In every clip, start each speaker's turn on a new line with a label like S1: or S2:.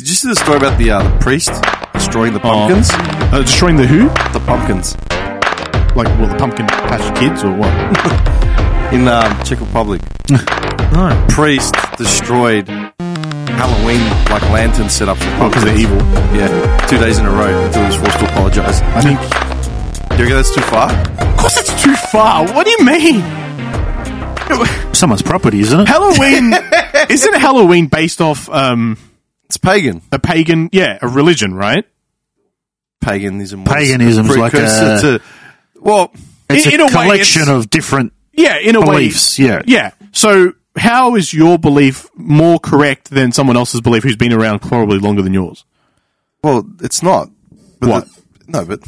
S1: you see the story about the, uh, the priest destroying
S2: Oh.
S1: the pumpkins?
S2: Uh, destroying the who?
S1: The pumpkins
S2: Like, well, the pumpkin patch kids or what?
S1: in um, Czech Republic.
S2: No.
S1: Priest destroyed Halloween like lantern setups for
S2: Oh, because
S1: pumpkins.
S2: they're evil.
S1: Yeah, two days in a row until he was forced to apologise.
S2: I think.
S1: Do you reckon that's too far?
S2: Of course, that's too far. What do you mean?
S3: Someone's property, isn't it?
S2: Halloween isn't Halloween based off um,
S1: It's pagan.
S2: a pagan, yeah, a religion, right?
S1: Paganism. was
S3: Paganism's
S1: a
S3: like
S1: precursor
S3: a-
S1: to- well,
S3: It's
S2: In- in
S3: a,
S2: a way,
S3: collection
S2: it's-
S3: of different.
S2: Yeah, in a
S3: Beliefs,
S2: way.
S3: yeah.
S2: yeah. So, how is your belief more correct than someone else's belief who's been around probably longer than yours?
S1: well, it's not. But
S2: What?
S1: the- no, but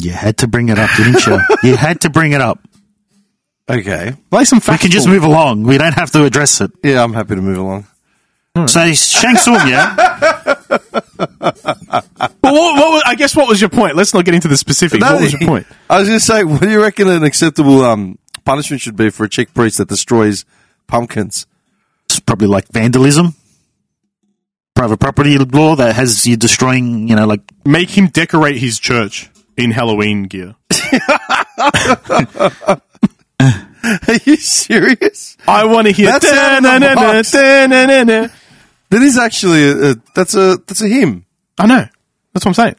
S3: You had to bring it up, didn't you? you had to bring it up.
S1: okay.
S2: Lay some
S3: We
S2: facts.
S3: can just move along. We don't have to address it.
S1: Yeah, I'm happy to move along.
S3: So Shang Tsung, yeah,
S2: Well, what, what was- I guess what was your point? Let's not get into the specifics.
S1: No,
S2: what was your point?
S1: I was going to say, what do you reckon an acceptable um, punishment should be for a Czech priest that destroys pumpkins?
S3: it's probably like vandalism, private property law that has you destroying, you know, like
S2: Make him decorate his church in Halloween gear.
S1: Are you serious?
S2: I want to hear.
S1: That's out of the
S2: Da-na-na-na,
S1: box.
S2: da-na-na-na.
S1: That is actually a, a- that's a that's a hymn.
S2: I know. That's what I'm saying.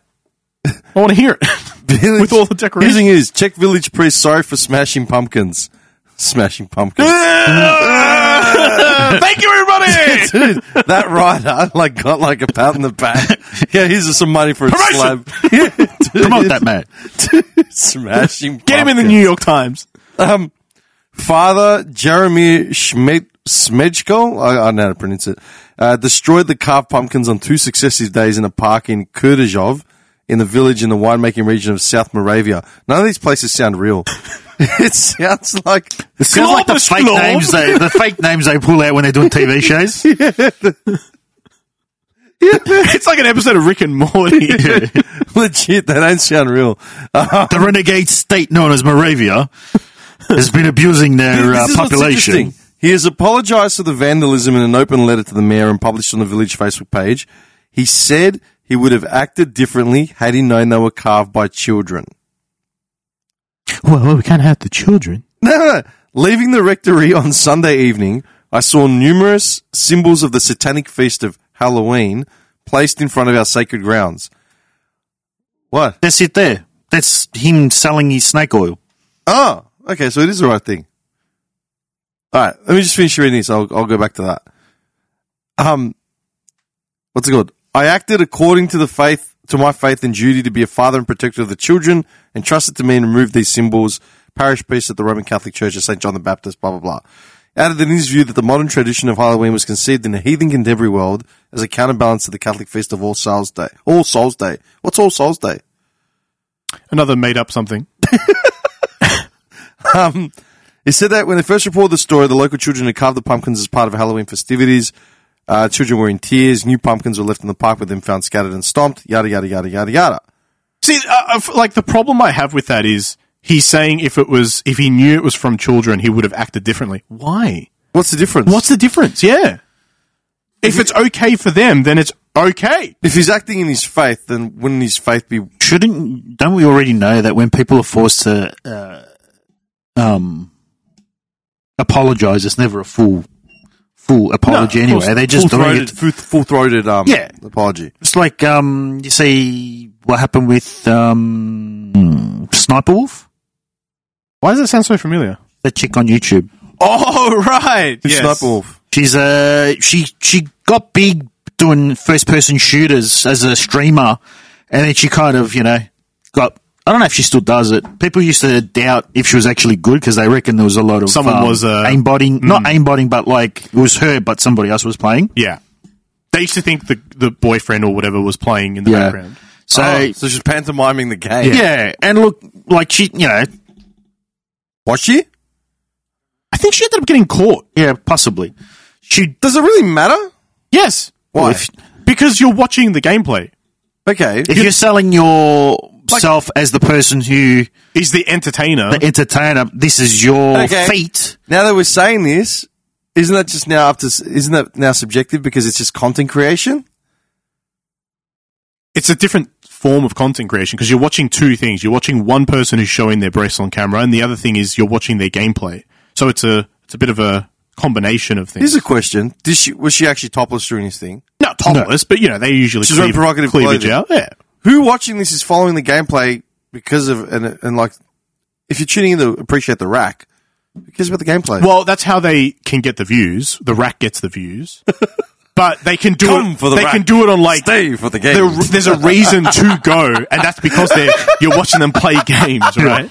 S2: I want to hear it. With all the decoration.
S1: Using is Czech village priest sorry for smashing pumpkins. Smashing pumpkins.
S2: Thank you, everybody.
S1: Dude, that writer like got like a pat in the back. Yeah, here's some money for a
S2: Promotion!
S1: slab. Yeah, dude,
S3: promote that man.
S1: Smashing.
S2: Get him in the
S1: pumpkins.
S2: New York Times.
S1: Um, Father Jeremy Schmed- Smejko, I, I don't know how to pronounce it, uh, destroyed the carved pumpkins on two successive days in a park in Kurdizhov, in the village in the winemaking region of South Moravia. None of these places sound real. it sounds like
S3: It sounds like the
S2: Globus
S3: fake
S2: Glob.
S3: names they the fake names they pull out when they're doing TV shows.
S2: It's like an episode of Rick and Morty.
S1: legit. They don't sound real.
S3: The renegade state known as Moravia has been abusing their uh,
S1: This is what's
S3: population.
S1: interesting. He has apologized for the vandalism in an open letter to the mayor and published on the village Facebook page. He said he would have acted differently had he known they were carved by children.
S2: Well, we can't have the children.
S1: No, no, no. Leaving the rectory on Sunday evening, I saw numerous symbols of the satanic feast of Halloween placed in front of our sacred grounds. What?
S3: That's it. There. That's him selling his snake oil.
S1: Oh, okay. So it is the right thing. All right. Let me just finish reading this. I'll, I'll go back to that. Um, what's it called? I acted according to the faith, to my faith and duty to be a father and protector of the children, entrusted to me and remove these symbols. Parish priest at the Roman Catholic Church of St. John the Baptist, blah, blah, blah. Added in his view that the modern tradition of Halloween was conceived in a heathen contemporary world as a counterbalance to the Catholic feast of All Souls Day. All Souls Day. What's All Souls Day?
S2: Another made up something.
S1: He said that when they first reported the story, the local children had carved the pumpkins as part of Halloween festivities. Uh, children were in tears. New pumpkins were left in the park with them found scattered and stomped. Yada, yada, yada, yada, yada.
S2: See, uh, I f- like the problem I have with that is he's saying if it was if he knew it was from children, he would have acted differently. Why?
S1: What's the difference?
S2: What's the difference? Yeah. If it's okay for them, then it's okay.
S1: if he's acting in his faith, then wouldn't his faith be.
S3: Shouldn't don't we already know that when people are forced to uh, um apologize, it's never a full full apology
S2: of course.
S3: anyway. They're just doing
S1: full-throated,
S3: it.
S1: Full throated um,
S3: Yeah.
S1: apology.
S3: It's like um you see what happened with um Sniper Wolf,
S2: Why does that sound so familiar?
S3: the chick on YouTube.
S2: Oh right,
S1: Yes. Sniper Wolf.
S3: She's uh she she got big doing first person shooters as a streamer, and then she kind of you know got. I don't know if she still does it. People used to doubt if she was actually good because they reckon there was a lot of
S2: Someone
S3: um,
S2: was, uh,
S3: aimbotting, not aimbotting, but like it was her, but somebody else was playing.
S2: Yeah, they used to think the the boyfriend or whatever was playing in the
S3: Yeah.
S2: background.
S3: So
S1: oh, so she's pantomiming the game.
S3: yeah. and look like she, you know,
S1: Was she?
S2: I think she ended up getting caught.
S3: yeah, possibly she.
S1: Does it really matter?
S2: Yes,
S1: Why?
S3: If,
S2: because you're watching the gameplay.
S1: okay.
S3: if you're selling yourself as the person who
S2: Is the entertainer?
S3: the entertainer, this is your
S1: Okay.
S3: feat.
S1: Now that we're saying this, isn't that just now up to? Isn't that now subjective because it's just content creation?
S2: it's a different form of content creation because you're watching two things. You're watching one person who's showing their breasts on camera, and the other thing is you're watching their gameplay. So it's a it's a bit of a combination of things.
S1: Here's a question: Did she was she actually topless during this thing?
S2: Not topless, but you know they usually
S1: She's wearing
S2: cleave-
S1: provocative
S2: cleavage
S1: clothing.
S2: out. Yeah,
S1: Who watching this is following the gameplay because of and and like if you're tuning in to appreciate the rack, who cares about the gameplay?
S2: Well, that's how they can get the views. The rack gets the views, but they can do
S1: Come
S2: it.
S1: for the
S2: they
S1: rack.
S2: can do it on like
S1: Stay for the game.
S2: there, there's a reason to go, and that's because they're you're watching them play games, right?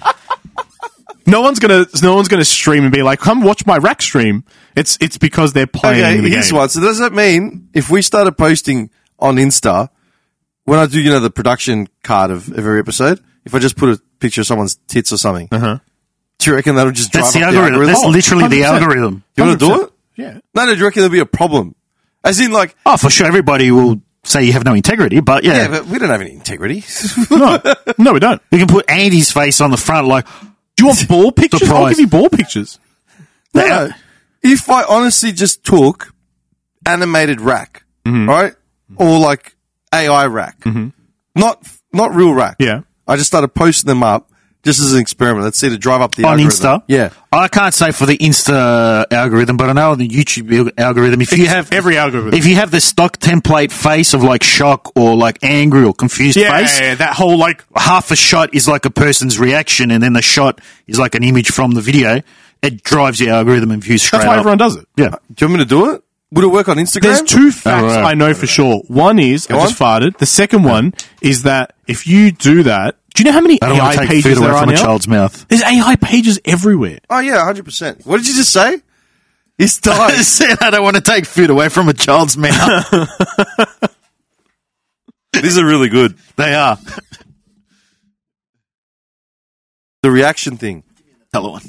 S2: No one's gonna no one's gonna stream and be like, "Come watch my rack stream." It's it's because they're playing
S1: Okay,
S2: the
S1: here's
S2: game.
S1: one. So does that mean if we started posting on Insta, when I do, you know, the production card of, of every episode, if I just put a picture of someone's tits or something, uh-huh. do you reckon that'll just drive
S3: That's the
S1: up
S3: algorithm.
S1: the algorithm?
S3: That's literally the
S2: 100%.
S3: algorithm.
S1: you want to do
S2: 100%.
S1: it?
S2: Yeah,
S1: No, no, do you reckon there'll be a problem? As in, like,
S3: Oh, for sure. Everybody will say you have no integrity, but yeah,
S1: yeah, but we don't have any integrity.
S2: no, no, we don't.
S3: you can put Andy's face on the front, like
S2: Do you want ball pictures? I'll
S3: prize.
S2: give you ball pictures.
S1: No, no. If I honestly just took animated rack, right, or like AI rack, not not real rack.
S2: Yeah.
S1: I just started posting them up just as an experiment. Let's see to drive up the
S3: on
S1: algorithm.
S3: Insta.
S1: Yeah,
S3: I can't say for the Insta algorithm, but I know on the YouTube al- algorithm, if you have
S2: every algorithm.
S3: if you have the stock template face of like shock or like angry or confused
S2: yeah,
S3: face,
S2: yeah, yeah, that whole like
S3: half a shot is like a person's reaction, and then the shot is like an image from the video. It drives your algorithm and views straight
S2: that's why
S3: up.
S2: everyone does it.
S3: yeah,
S1: do you want me to do it? Would it work on Instagram?
S2: There's two facts
S3: right.
S2: I know for sure. One is I just farted. The second one is that if you do that, do you know how many
S3: I don't
S2: AI
S3: want to take
S2: pages
S3: food away
S2: there are
S3: from a
S2: now?
S3: child's mouth.
S2: There's AI pages everywhere.
S1: Oh yeah, hundred percent. What did you just say? It's
S3: I
S1: died.
S3: said I don't want to take food away from a child's mouth.
S1: These are really good.
S3: they are.
S1: The reaction thing.
S3: Hello, one.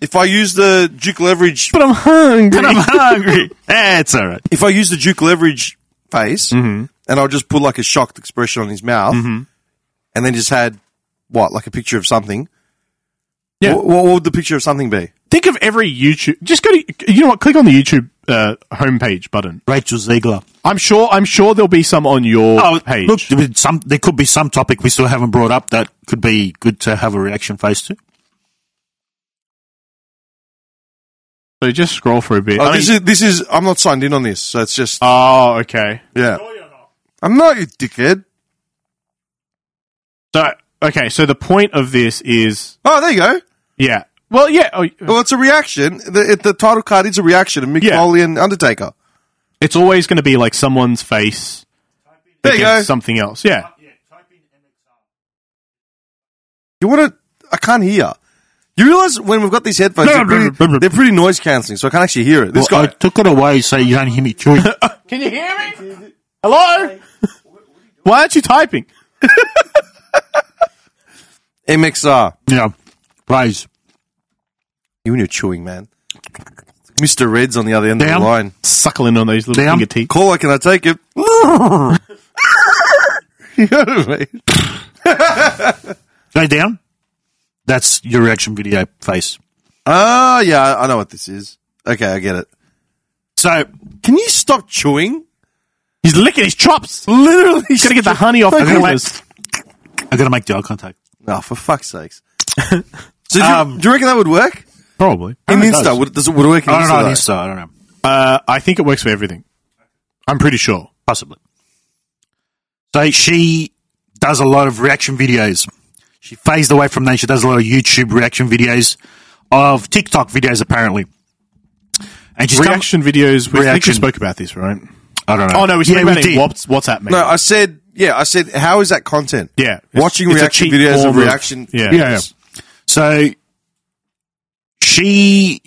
S1: If I use the Duke leverage,
S2: But I'm hungry.
S3: I'm hungry. Eh, it's all right.
S1: if I use the Duke leverage face,
S2: Mm-hmm.
S1: and I'll just put like a shocked expression on his mouth, and then just had what like a picture of something.
S2: Yeah.
S1: Wh- What, what would the picture of something be?
S2: Think of every YouTube. Just go to. You know what? Click on the YouTube uh, homepage button.
S3: Rachel Ziegler.
S2: I'm sure. I'm sure there'll be some on your
S3: Oh,
S2: page.
S3: look, there, would some, there could be some topic we still haven't brought up that could be good to have a reaction face to.
S2: so just scroll for a bit.
S1: Oh,
S2: I mean-
S1: this is this is. I'm not signed in on this, so it's just
S2: oh, okay.
S1: yeah. I'm not you dickhead.
S2: So okay. So the point of this is,
S1: Oh, there you go.
S2: yeah. Well, yeah. Oh,
S1: Well, it's a reaction. The, it, the title card is a reaction of Mick
S2: Yeah.
S1: Foley and Undertaker.
S2: it's always going to be like someone's face.
S1: There you
S2: against
S1: go.
S2: Something else. Yeah.
S1: You want to? I can't hear. You realize when we've got these headphones, they're pretty, they're pretty noise cancelling, so I can't actually hear it. This
S3: Well, I
S1: guy.
S3: took it away so you don't hear me chewing.
S2: Can you hear me? Hello. Why aren't you typing?
S1: MXR.
S3: yeah, praise.
S1: You and your chewing, man. Mr. Red's on the other end of
S3: Down.
S1: the line.
S2: Suckling on those little
S3: Damn.
S2: finger teeth.
S1: Caller, can I take it? you know what I mean?
S3: Go down. That's your reaction video face.
S1: Ah, yeah, I know what this is. Okay, I get it.
S3: So
S1: Can you stop chewing?
S2: He's licking his chops.
S1: Literally,
S2: He's gonna get the honey off the
S3: Okay, wait.
S2: corners.
S3: I gotta make the eye contact.
S1: Oh, for fuck's sakes. So, do, you-
S3: Um,
S1: do you reckon that would work
S2: Probably.
S1: in
S3: it
S1: Insta?
S3: does.
S1: Would, does it would it work in
S3: I don't
S1: Insta?
S3: know.
S1: though?
S3: On Insta, I don't know.
S2: Uh, I think it works for everything. I'm pretty sure.
S3: Possibly. So she does a lot of reaction videos. She phased away from that. She does a lot of YouTube reaction videos of TikTok videos, apparently. And she's come-
S2: Reaction videos. We, I think we
S3: Reaction.
S2: spoke about this, right?
S3: I don't know.
S2: Oh no, we spoke
S3: yeah,
S2: about
S3: we
S2: it. in
S3: did.
S2: What's WhatsApp? Maybe.
S1: No, I said, yeah, I said, how is that content?
S2: Yeah, it's-
S1: Watching
S2: it's a
S1: reaction
S2: cheap
S1: videos of
S2: form of-
S1: reaction.
S2: Yeah.
S3: Yeah, yeah. So she,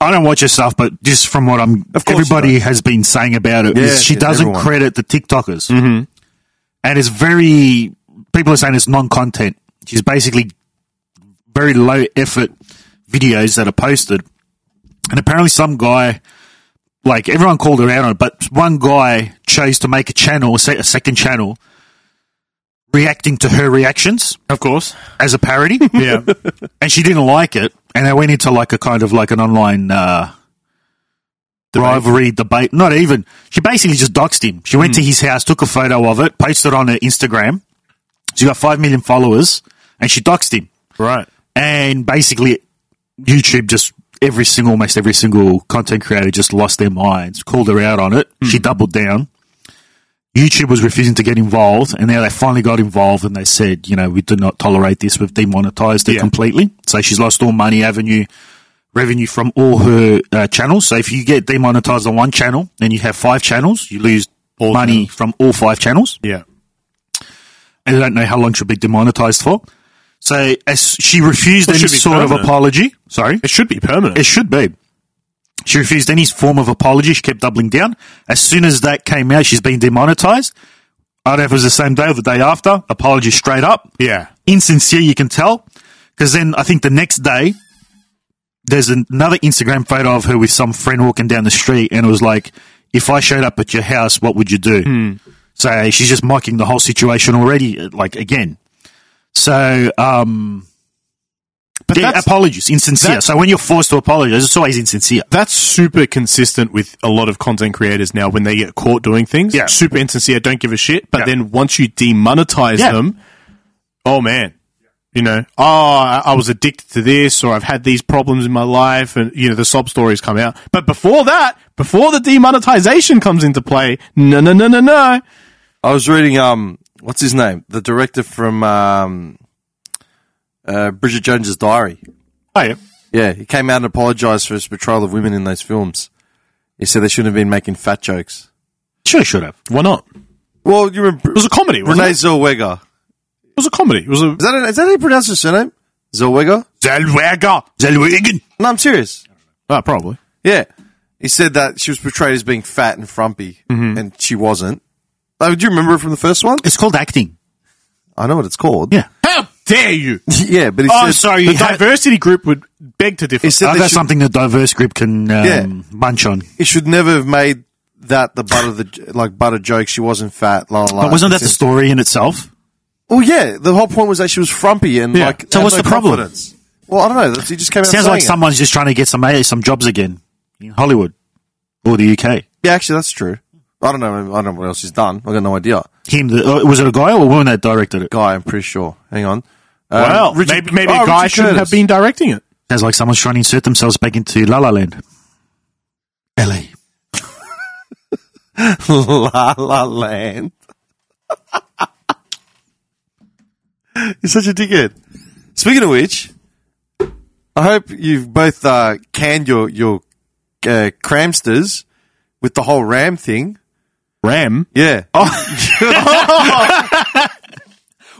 S3: I don't watch her stuff, but just from what I'm,
S1: Of course you
S3: everybody has been saying about it, is
S1: Yeah,
S3: she
S1: yeah,
S3: doesn't
S1: everyone. Mm-hmm.
S3: credit the TikTokers, and it's very. People are saying it's non-content. She's basically very low effort videos that are posted, and apparently some guy. Like everyone called her out on it, but one guy chose to make a channel, a se- a second channel, reacting to her reactions
S2: Of course.
S3: as a parody
S2: Yeah.
S3: and she didn't like it. And they went into like a kind of like an online uh, rivalry debate. Not even. She basically just doxed him. She went to his house, took a photo of it, posted it on her Instagram. She got 5 million followers, and she doxed him.
S2: Right.
S3: And basically, YouTube just every single, almost every single content creator just lost their minds, called her out on it. She doubled down. YouTube was refusing to get involved, and now they finally got involved and they said, you know, we do not tolerate this. We've demonetized it
S2: Yeah.
S3: completely. So she's lost all money avenue revenue from all her uh, channels. So if you get demonetized on one channel and you have five channels, you lose money from all five channels
S2: Yeah.
S3: and I don't know how long she'll be demonetized for. So as she refused
S2: Well, it
S3: any
S2: should be
S3: sort of
S2: permanent.
S3: apology. Sorry,
S2: It should be permanent.
S3: it should be. She refused any form of apology. She kept doubling down. As soon as that came out, she's been demonetized. I don't know if it was the same day or the day after. Apology straight up.
S2: yeah.
S3: Insincere, you can tell. Because then I think the next day, there's an- another Instagram photo of her with some friend walking down the street, and it was like, if I showed up at your house, what would you do? So eh, she's just mocking the whole situation already, eh, like again. So, um,
S2: But
S3: yeah,
S2: that's,
S3: apologies, insincere.
S2: that-
S3: So when you're forced to apologize, it's always insincere.
S2: that's super consistent with a lot of content creators now when they get caught doing things.
S3: Yeah.
S2: Super insincere, don't give a shit. But
S3: Yeah.
S2: then once you demonetize
S3: Yeah.
S2: them, oh man. You know, oh, I, I was addicted to this, or I've had these problems in my life, and you know the sob stories come out. But before that, before the demonetization comes into play, no, no, no, no, no,
S1: I was reading um what's his name? The director from um uh, Bridget Jones's Diary.
S2: oh yeah,
S1: Yeah, he came out and apologized for his portrayal of women in those films. He said they shouldn't have been making fat jokes.
S3: Sure, should have.
S2: why not? It
S1: Well, you remember
S2: was a comedy. Wasn't
S1: Renee
S2: it? it
S1: Zellweger.
S2: was a comedy. It was a
S1: Is that is that how you pronounce her surname? Zellweger?
S2: Zellweger.
S3: Zellwegen.
S1: No, I'm serious.
S2: Oh, probably.
S1: Yeah. He said that she was portrayed as being fat and frumpy, and she wasn't. Oh, do you remember her from the first one?
S3: It's called acting.
S1: I know what it's called.
S3: Yeah.
S2: How dare you?
S1: yeah, but he
S3: Oh,
S1: said,
S3: sorry.
S2: The
S3: you had-
S2: diversity group would beg to differ.
S1: he said
S3: Oh,
S1: they
S3: that's
S1: should-
S3: something the diverse group can um,
S1: Yeah.
S3: munch on.
S1: he should never have made that the butt of the like butt of joke. She wasn't fat. La, la, la.
S3: But wasn't that
S1: It's
S3: the story in itself?
S1: in- Well, yeah. The whole point was that she was frumpy and
S2: Yeah.
S1: like.
S3: So
S1: had
S3: what's the problem?
S1: confidence. Well, I don't know. That's- He just came out.
S3: Sounds like
S1: saying it.
S3: someone's just trying to get some eh, some jobs again in Hollywood or the UK.
S1: Yeah, actually, that's true. I don't know. I don't know what else he's done. I got no idea.
S3: Him, the, uh, was it a guy or a woman that directed it?
S1: Guy, I'm pretty sure. Hang on. Um,
S2: well,
S1: Richard-
S2: maybe, maybe
S1: oh,
S2: a guy
S1: Richard
S2: shouldn't
S1: Curtis.
S2: have been directing it.
S3: Sounds like someone's trying to insert themselves back into La La Land. LA.
S1: La La Land. You're such a dickhead. Speaking of which, I hope you've both uh, canned your your uh, cramsters with the whole ram thing.
S2: Ram.
S1: Yeah. Oh.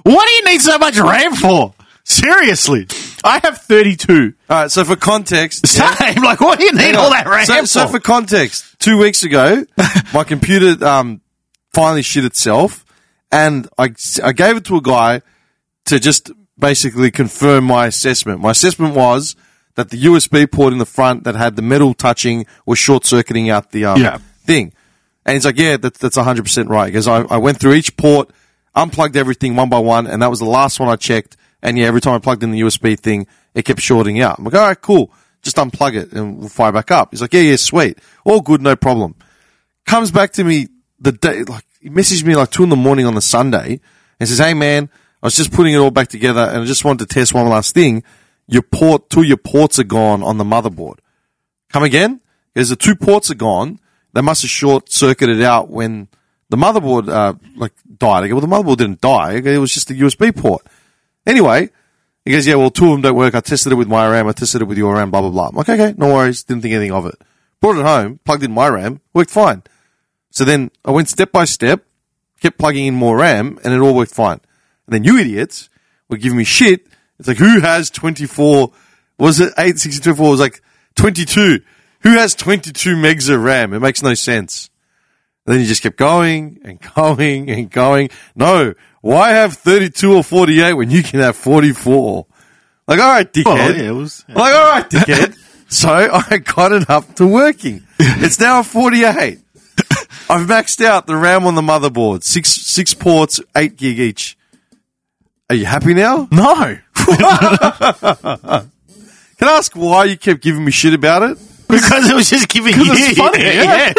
S2: What do you need so much RAM for? Seriously. I have 32.
S1: All right. So for context,
S3: Same. Like, what do you need all that RAM
S1: so, so
S3: for?
S1: for context, two weeks ago, my computer um, finally shit itself, and I, I gave it to a guy to just basically confirm my assessment. My assessment was that the USB port in the front that had the metal touching was short circuiting out the um,
S3: Yeah.
S1: thing. And he's like, yeah, that, that's 100% right. Because I, I went through each port, unplugged everything one by one, and that was the last one I checked. And yeah, every time I plugged in the USB thing, it kept shorting out. I'm like, all right, cool. Just unplug it and we'll fire back up. He's like, yeah, yeah, sweet. All good, no problem comes back to me the day, like he messaged me like two in the morning on the Sunday and says, "Hey man, I was just putting it all back together and I just wanted to test one last thing. Your port, two of your ports are gone on the motherboard. Come again? There's the two ports are gone. They must have short circuited out when the motherboard uh, like died. I go, well, the motherboard didn't die. I go, It was just the USB port. Anyway." He goes, yeah, well, two of them don't work. I tested it with my RAM. I tested it with your RAM, blah, blah, blah. I'm like, okay, no worries. Didn't think anything of it. Brought it home, plugged in my RAM, worked fine. So then I went step by step, kept plugging in more RAM, and it all worked fine. And then you idiots were giving me shit. It's like, who has 24? Was it 8, 16, 24? It was like 22. Who has 22 megs of RAM? It makes no sense. And then you just kept going and going and going. No, why have 32 or 48 when you can have 44? Like, all right, dickhead.
S2: Oh, yeah, it was-
S1: Like, all right, dickhead. so I got it up to working. It's now a 48. I've maxed out the RAM on the motherboard. Six six ports, eight gig each. Are you happy now?
S2: No.
S1: Can I ask why you kept giving me shit about it?
S3: because it was just giving you.
S2: it's funny, yeah.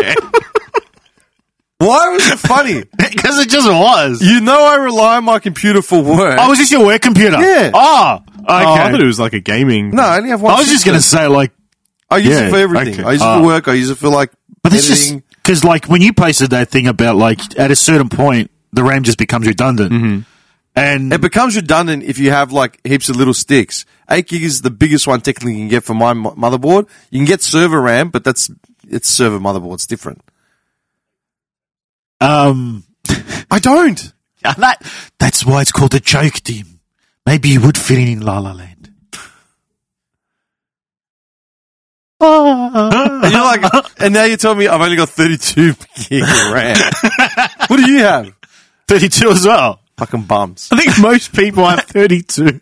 S1: Why was it funny?
S3: Because it just was.
S1: you know I rely on my computer for work.
S3: Oh, was this your work computer?
S1: Yeah.
S3: Oh, okay.
S2: Oh, I thought it was like a gaming.
S1: no, I only have one.
S3: I was just
S1: system.
S3: going to say, like,
S1: I use
S3: Yeah,
S1: it for everything.
S3: okay.
S1: I use it
S3: Ah.
S1: for work. I use it for like.
S3: But this is
S1: editing.
S3: because, like, when you posted that thing about, like, at a certain point, the RAM just becomes redundant. And
S1: It becomes redundant if you have like heaps of little sticks. Eight gig is the biggest one technically you can get for my mo- motherboard. You can get server RAM, but that's it's server motherboard. It's different.
S3: um,
S1: I don't.
S3: and that that's why it's called a joke, Dim. Maybe you would fit in in La La Land.
S1: And you're like, and now you tell me I've only got 32 gig of RAM. what do you have?
S3: 32 as well.
S1: Fucking bums.
S2: I think most people have 32.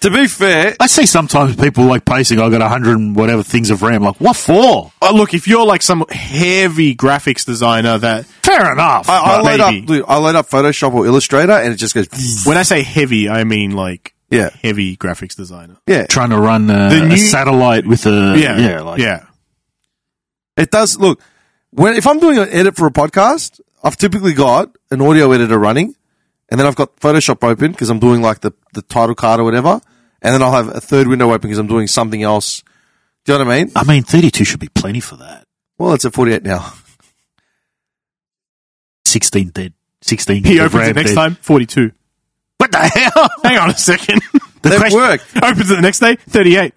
S1: To be fair,
S3: I see sometimes people like posting, I got 100 and whatever things of RAM. Like, what for?
S2: Oh, look, if you're like some heavy graphics designer that
S3: Fair enough.
S1: I, I
S2: But
S1: load
S2: maybe.
S1: up, dude, I load up Photoshop or Illustrator, and it just goes.
S2: when I say heavy, I mean like
S1: Yeah.
S2: heavy graphics designer.
S1: Yeah,
S3: Trying to run uh,
S2: The new-
S3: a satellite with a.
S2: Yeah, yeah,
S3: like,
S2: yeah.
S1: it does. Look, when if I'm doing an edit for a podcast, I've typically got an audio editor running, and then I've got Photoshop open because I'm doing like the the title card or whatever, and then I'll have a third window open because I'm doing something else. Do you know what I mean?
S3: I mean, 32 should be plenty for that.
S1: Well, it's at 48 now.
S3: 16 dead. 16
S2: He
S3: of
S2: opens
S3: RAM
S2: it next
S3: dead.
S2: time, 42.
S3: What the hell?
S2: Hang on a second.
S3: The
S1: They've
S3: question-
S1: worked.
S2: opens it the next day, 38.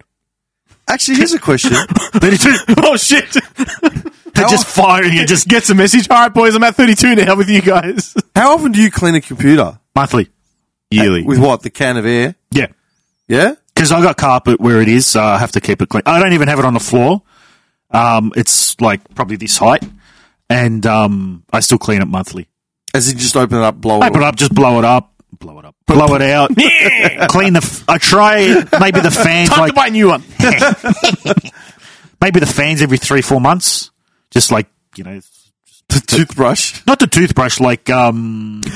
S1: Actually, here's a question.
S3: 32.
S2: Oh, shit.
S3: They're just firing
S2: It
S3: it just
S2: just gets a message. All right, boys, I'm at 32 now with you guys.
S1: How often do you clean a computer?
S3: monthly. Uh,
S2: Yearly.
S1: With what? The can of air?
S3: Yeah.
S1: Yeah?
S3: Because I got carpet where it is, so I have to keep it clean. I don't even have it on the floor. Um, it's like probably this height, and um, I still clean it monthly.
S1: As in just open it up, blow it.
S3: Open it up, just blow it up, blow it up, blow it out, clean the. F- I try maybe the fans
S2: Time
S3: like
S2: to buy a new one.
S3: maybe the fans every three four months, just like you know,
S1: The toothbrush.
S3: not the toothbrush, like um,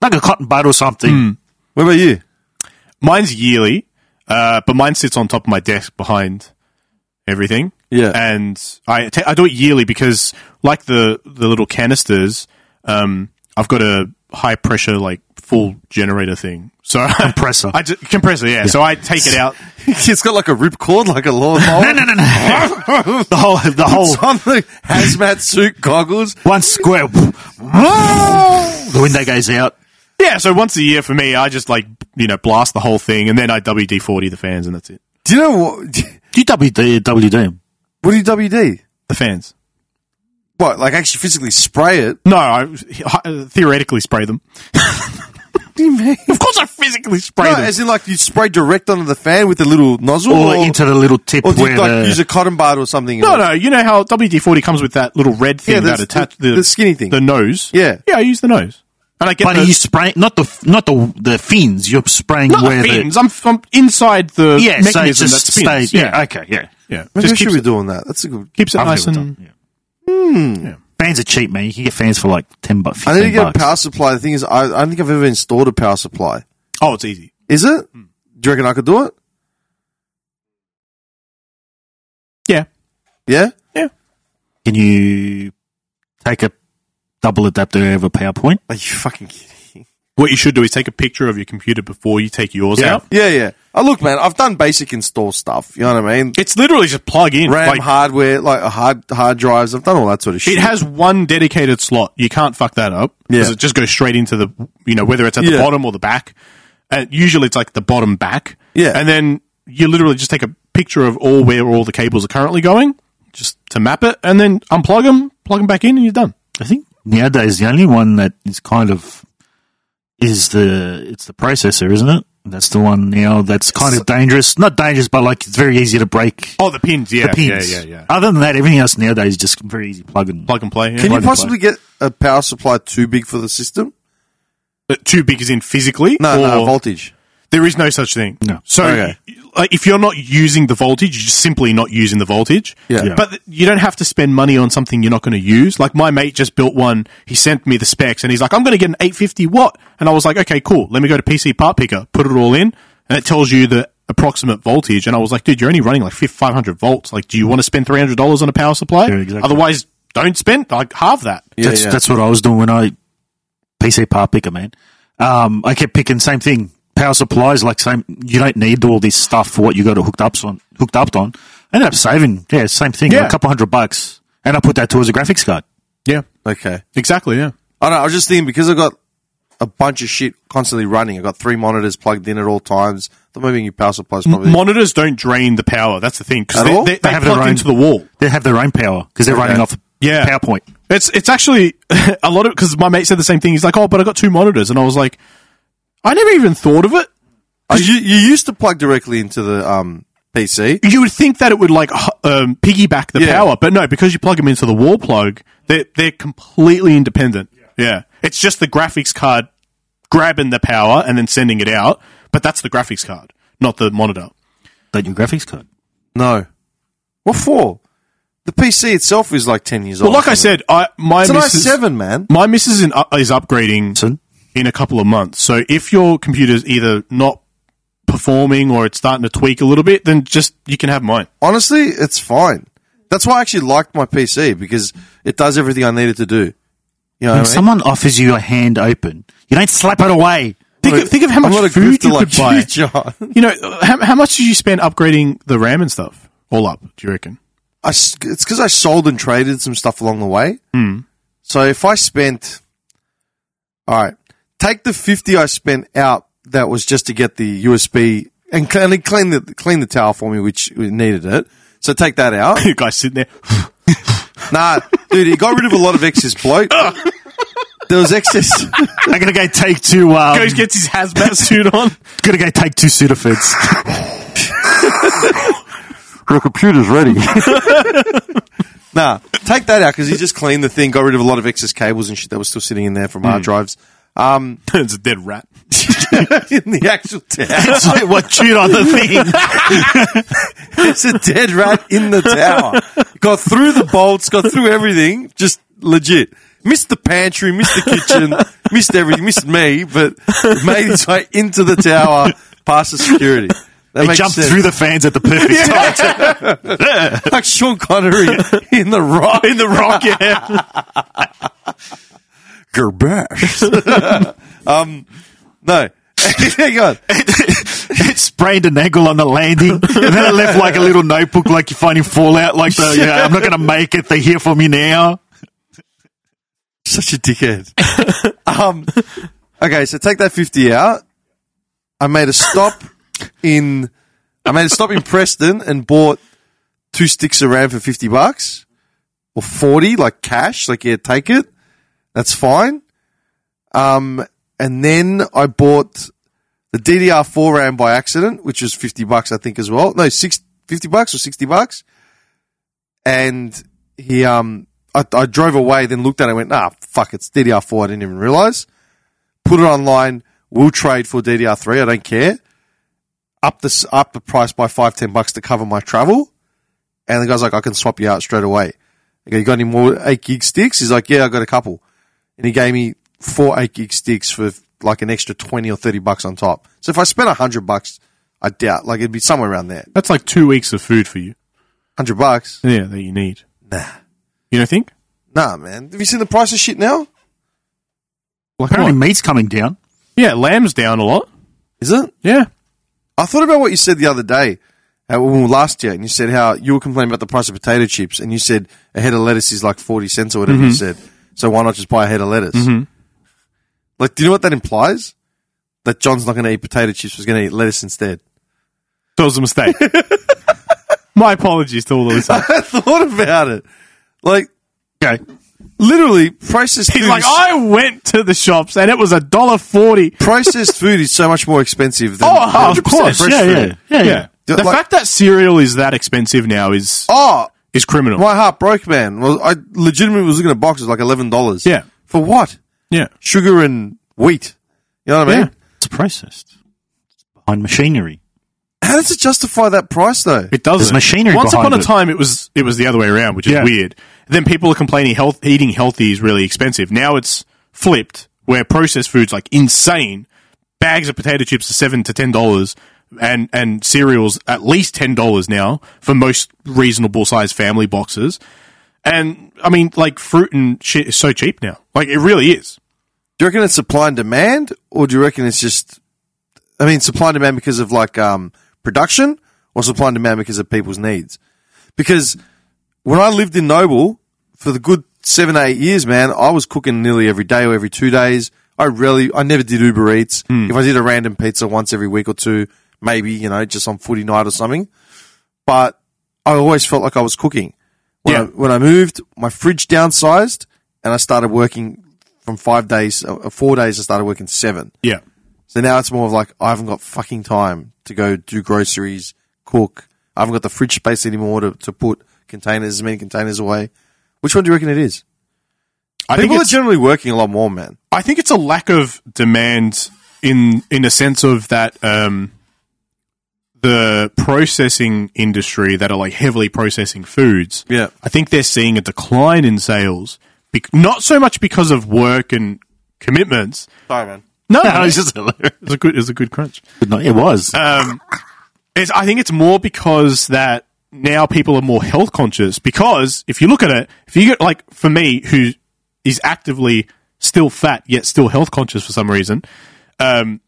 S3: like a cotton bud or something.
S1: What about you?
S2: Mine's yearly, uh, but mine sits on top of my desk behind everything.
S1: Yeah.
S2: and I ta- I do it yearly because like the the little canisters, um, I've got a high pressure like full generator thing. So
S3: Compressor.
S2: I ju- compressor, yeah. So I take it out.
S1: it's got like a rip cord, like a lawnmower.
S3: No, no, no, no. the whole, the whole
S1: It's on the hazmat suit goggles.
S3: one square. the window goes out.
S2: Yeah, so once a year for me, I just like you know blast the whole thing, and then I WD forty the fans, and that's it.
S1: Do you know what?
S3: You WD, WD.
S1: What do you WD?
S2: The fans.
S1: What, like actually physically spray it?
S2: No, I hi- uh, theoretically spray them.
S1: What do you mean?
S2: Of course, I physically spray
S1: No,
S2: them.
S1: as in like you spray direct onto the fan with a little nozzle,
S3: Or into the little tip
S1: or do
S3: where
S1: you like
S3: the.
S1: use a cotton bud or something?
S2: No, no. You know how WD forty comes with that little red thing
S1: Yeah,
S2: that
S1: that's
S2: attach
S1: the- the skinny thing.
S2: the nose.
S1: Yeah.
S2: yeah. I use the nose, and I get
S3: but
S2: the,
S3: are you spraying not the not the the fins? You're spraying
S2: not
S3: where
S2: the fins. I'm, I'm inside the
S3: the yeah, so it
S2: mechanism
S3: just
S2: that spins.
S3: stays. Yeah, okay, yeah.
S2: yeah.
S1: Maybe
S2: Just
S1: I should
S2: keeps
S1: be
S2: it,
S1: doing that. That's a good.
S2: keeps it
S3: I've
S2: nice
S3: never
S2: and
S3: done- yeah. Fans are cheap, man. You can get fans for like ten bucks.
S1: I need to get
S3: bucks.
S1: a power supply. The thing is, I, I don't think I've ever installed a power supply.
S2: oh, it's easy.
S1: Is it?
S2: Hmm.
S1: Do you reckon I could do it?
S2: Yeah,
S1: Yeah.
S3: Can you take a double adapter over PowerPoint?
S1: Are you fucking kidding?
S2: what you should do is take a picture of your computer before you take yours out.
S1: Yeah, yeah. Oh, look, man, I've done basic install stuff. You know what I mean?
S2: It's literally just plug in.
S1: RAM,
S2: like,
S1: hardware, like hard hard drives. I've done all that sort of shit.
S2: it has one dedicated slot. You can't fuck that up because
S1: Yeah.
S2: it just goes straight into the you know whether it's at the
S1: Yeah.
S2: bottom or the back. And usually it's like the bottom back.
S1: Yeah.
S2: and then you literally just take a picture of all where all the cables are currently going, just to map it, and then unplug them, plug them back in, and you're done.
S3: I think nowadays the only one that is kind of is the it's the processor, isn't it? That's the one now that's kind of dangerous. Not dangerous, but like it's very easy to break
S2: Oh, the pins. Yeah,
S3: the pins.
S2: yeah, yeah, yeah.
S3: Other than that, everything else nowadays is just very easy plug and
S2: Plug and play. Yeah.
S1: Can you
S3: plug and
S1: possibly get a power supply too big for the system?
S2: But too big as in physically?
S1: No, no,
S2: or-
S1: voltage.
S2: there is no such thing.
S3: No.
S2: So,
S1: Okay.
S2: y- like, if you're not using the voltage, you're just simply not using the voltage.
S1: Yeah. Yeah.
S2: But th- you don't have to spend money on something you're not going to use. Like my mate just built one. He sent me the specs, and he's like, "I'm going to get an 850 watt," and I was like, "Okay, cool. Let me go to PC Part Picker, put it all in, and it tells you the approximate voltage, and I was like, dude, you're only running like 500 volts. Like, do you want to spend $300 on a power supply?
S3: Yeah, exactly.
S2: Otherwise, don't spend like half that.
S1: Yeah,
S3: that's
S1: yeah.
S3: that's what I was doing when I PC power picker man. Um, I kept picking same thing. Power supplies like same. You don't need all this stuff for what you got it hooked up on. Hooked up on. I ended up saving. Yeah, same thing.
S2: Yeah.
S3: like a couple hundred bucks, and I put that towards a graphics card.
S2: Yeah,
S1: okay.
S2: exactly. Yeah.
S1: I don't know. I was just thinking because I've got a bunch of shit constantly running. I've got three monitors plugged in at all times. The moving your power supply is probably.
S2: Monitors don't drain the power. That's the thing because
S1: At
S2: they,
S1: all?
S2: they, they,
S3: have
S2: plug
S3: their own-
S2: into the wall.
S3: They have their own power because they're running off
S2: Yeah.
S3: PowerPoint.
S2: It's it's actually a lot of because my mate said the same thing. He's like, oh, but I got two monitors, and I was like, I never even thought of it.
S1: Oh, you, you used to plug directly into the um, PC.
S2: You would think that it would like h- um, piggyback the
S1: Yeah.
S2: power, but no, because you plug them into the wall plug, they're they're completely independent. Yeah. it's just the graphics card grabbing the power and then sending it out, but that's the graphics card, not the monitor.
S3: Don't your graphics card.
S1: No. What for? The PC itself is like 10 years
S2: Well,
S1: old.
S2: like I said, I my
S1: it's an
S2: missus-
S1: i7, man.
S2: my missus in, uh, is upgrading
S3: Soon.
S2: in a couple of months. So if your computer's either not performing or it's starting to tweak a little bit, then just you can have mine.
S1: Honestly, it's fine. That's why I actually liked my PC because it does everything I needed to do. You know
S3: When
S1: what I mean?
S3: someone offers you a hand open, you don't slap it away.
S2: Think, of, think of how
S1: I'm not a
S2: much food
S1: grifter
S2: you
S1: like
S2: could buy.
S1: you, John.
S2: You know, how, how much did you spend upgrading the RAM and stuff? All up, do you reckon?
S1: I s it's because I sold and traded some stuff along the way. So if I spent, all right, take the fifty I spent out that was just to get the USB and clean, and clean the clean the tower for me, which we needed it. So take that out.
S2: you guys sitting there.
S1: nah, dude, he got rid of a lot of excess bloat. there was excess.
S3: I'm gonna go take two. Um,
S2: Goes gets his hazmat suit on.
S3: gonna go take two Sudafeds. Your computer's ready.
S1: Nah, take that out because he just cleaned the thing, got rid of a lot of excess cables and shit that was still sitting in there from hard drives
S2: it's a dead rat.
S1: in the actual tower.
S3: It's like what chewed on the thing.
S1: It's a dead rat in the tower. Got through the bolts, got through everything, just legit. Missed the pantry, missed the kitchen, missed everything, missed me, but made its way into the tower past the security. That
S3: It
S1: makes
S3: jumped
S1: sense.
S3: through the fans at the perfect time.
S1: like Sean Connery in the rock.
S2: In the rock, yeah.
S1: Gerbash. um, no. Hang on.
S3: it sprained an angle on the landing, and then it left like a little notebook, like you find in Fallout, like the you know, I'm not going to make it. They hear from me now.
S1: Such a dickhead. um, okay, so take that 50 out. I made a stop in, I made a stop in Preston and bought two sticks of RAM for 50 bucks or 40, like cash, like, yeah, take it. That's fine. Um, and then I bought the DDR4 RAM by accident, which was 50 bucks, I think, as well. No, six, 50 bucks or 60 bucks. And he, um, I, I drove away, then looked at it and went, nah, fuck, it's DDR4. I didn't even realize. Put it online. We'll trade for DDR3. I don't care. Up the, s- up the price by five, ten bucks to cover my travel. And the guy's like, I can swap you out straight away. I go, you got any more eight gig sticks? He's like, yeah, I got a couple. And he gave me four eight gig sticks for like an extra 20 or 30 bucks on top. So if I spent a hundred bucks, I doubt, like it'd be somewhere around there.
S2: That's like two weeks of food for you.
S1: Hundred bucks.
S2: Yeah, that you need.
S1: Nah.
S2: You don't think?
S1: Nah, man. Have you seen the price of shit now?
S2: Like
S3: Apparently,
S2: what?
S3: meat's coming down.
S2: Yeah, lamb's down a lot.
S1: Is it?
S2: Yeah.
S1: I thought about what you said the other day, uh, well, last year, and you said how you were complaining about the price of potato chips, and you said a head of lettuce is like 40 cents or whatever
S2: Mm-hmm.
S1: you said. So why not just buy a head of lettuce? Like, do you know what that implies? That John's not going to eat potato chips, he's going to eat lettuce instead.
S2: That was a mistake. My apologies to all the listeners.
S1: I thought about it. Like,
S3: Okay,
S1: literally, processed
S2: He's
S1: food
S2: like,
S1: is-
S2: I went to the shops and it was a dollar forty.
S1: processed food is so much more expensive than
S2: Oh, of
S1: 100%
S2: course,
S1: fresh
S2: yeah,
S1: food.
S2: yeah, yeah, yeah.
S1: Yeah,
S2: The
S1: like-
S2: fact that cereal is that expensive now is
S1: Oh,
S2: is criminal.
S1: my heart broke, man. Well, I legitimately was looking at boxes like $11.
S2: Yeah.
S1: For what?
S2: Yeah,
S1: Sugar and wheat. You know what I mean?
S2: yeah.
S3: it's processed behind machinery.
S1: How does it justify that price though?
S2: It doesn't.
S3: There's machinery
S2: Once
S3: behind
S2: upon a
S3: it.
S2: time, it was it was the other way around, which is
S3: Yeah.
S2: weird. Then people are complaining health eating healthy is really expensive. Now it's flipped, where processed food's like insane. Bags of potato chips are seven to ten dollars. and and cereals at least ten dollars now for most reasonable sized family boxes. And I mean, like fruit and shit is so cheap now. Like it really is.
S1: Do you reckon it's supply and demand, or do you reckon it's just? I mean, supply and demand because of like um, production, or supply and demand because of people's needs. Because when I lived in Noble for the good seven eight years, man, I was cooking nearly every day or every two days. I really, I never did Uber Eats. If I did a random pizza once every week or two, maybe you know, just on footy night or something. But I always felt like I was cooking. When,
S2: Yeah.
S1: I, when I moved, my fridge downsized, and I started working from five days, uh, four days. I started working seven.
S2: Yeah.
S1: So now it's more of like I haven't got fucking time to go do groceries, cook. I haven't got the fridge space anymore to, to put containers, as many containers away. Which one do you reckon it is?
S2: I think
S1: People are
S2: it's-
S1: generally working a lot more, man.
S2: I think it's a lack of demand in in a sense of that um, the processing industry that are like heavily processing foods.
S1: Yeah.
S2: I think they're seeing a decline in sales, bec- not so much because of work and commitments.
S1: Sorry, man.
S2: No,
S3: No, it's
S2: it's
S3: just hilarious. Uh,
S2: a good it's a good crunch.
S3: No, it was.
S2: Um, It's, I think it's more because that now people are more health conscious. Because if you look at it, if you get like for me, who is actively still fat yet still health conscious for some reason, um,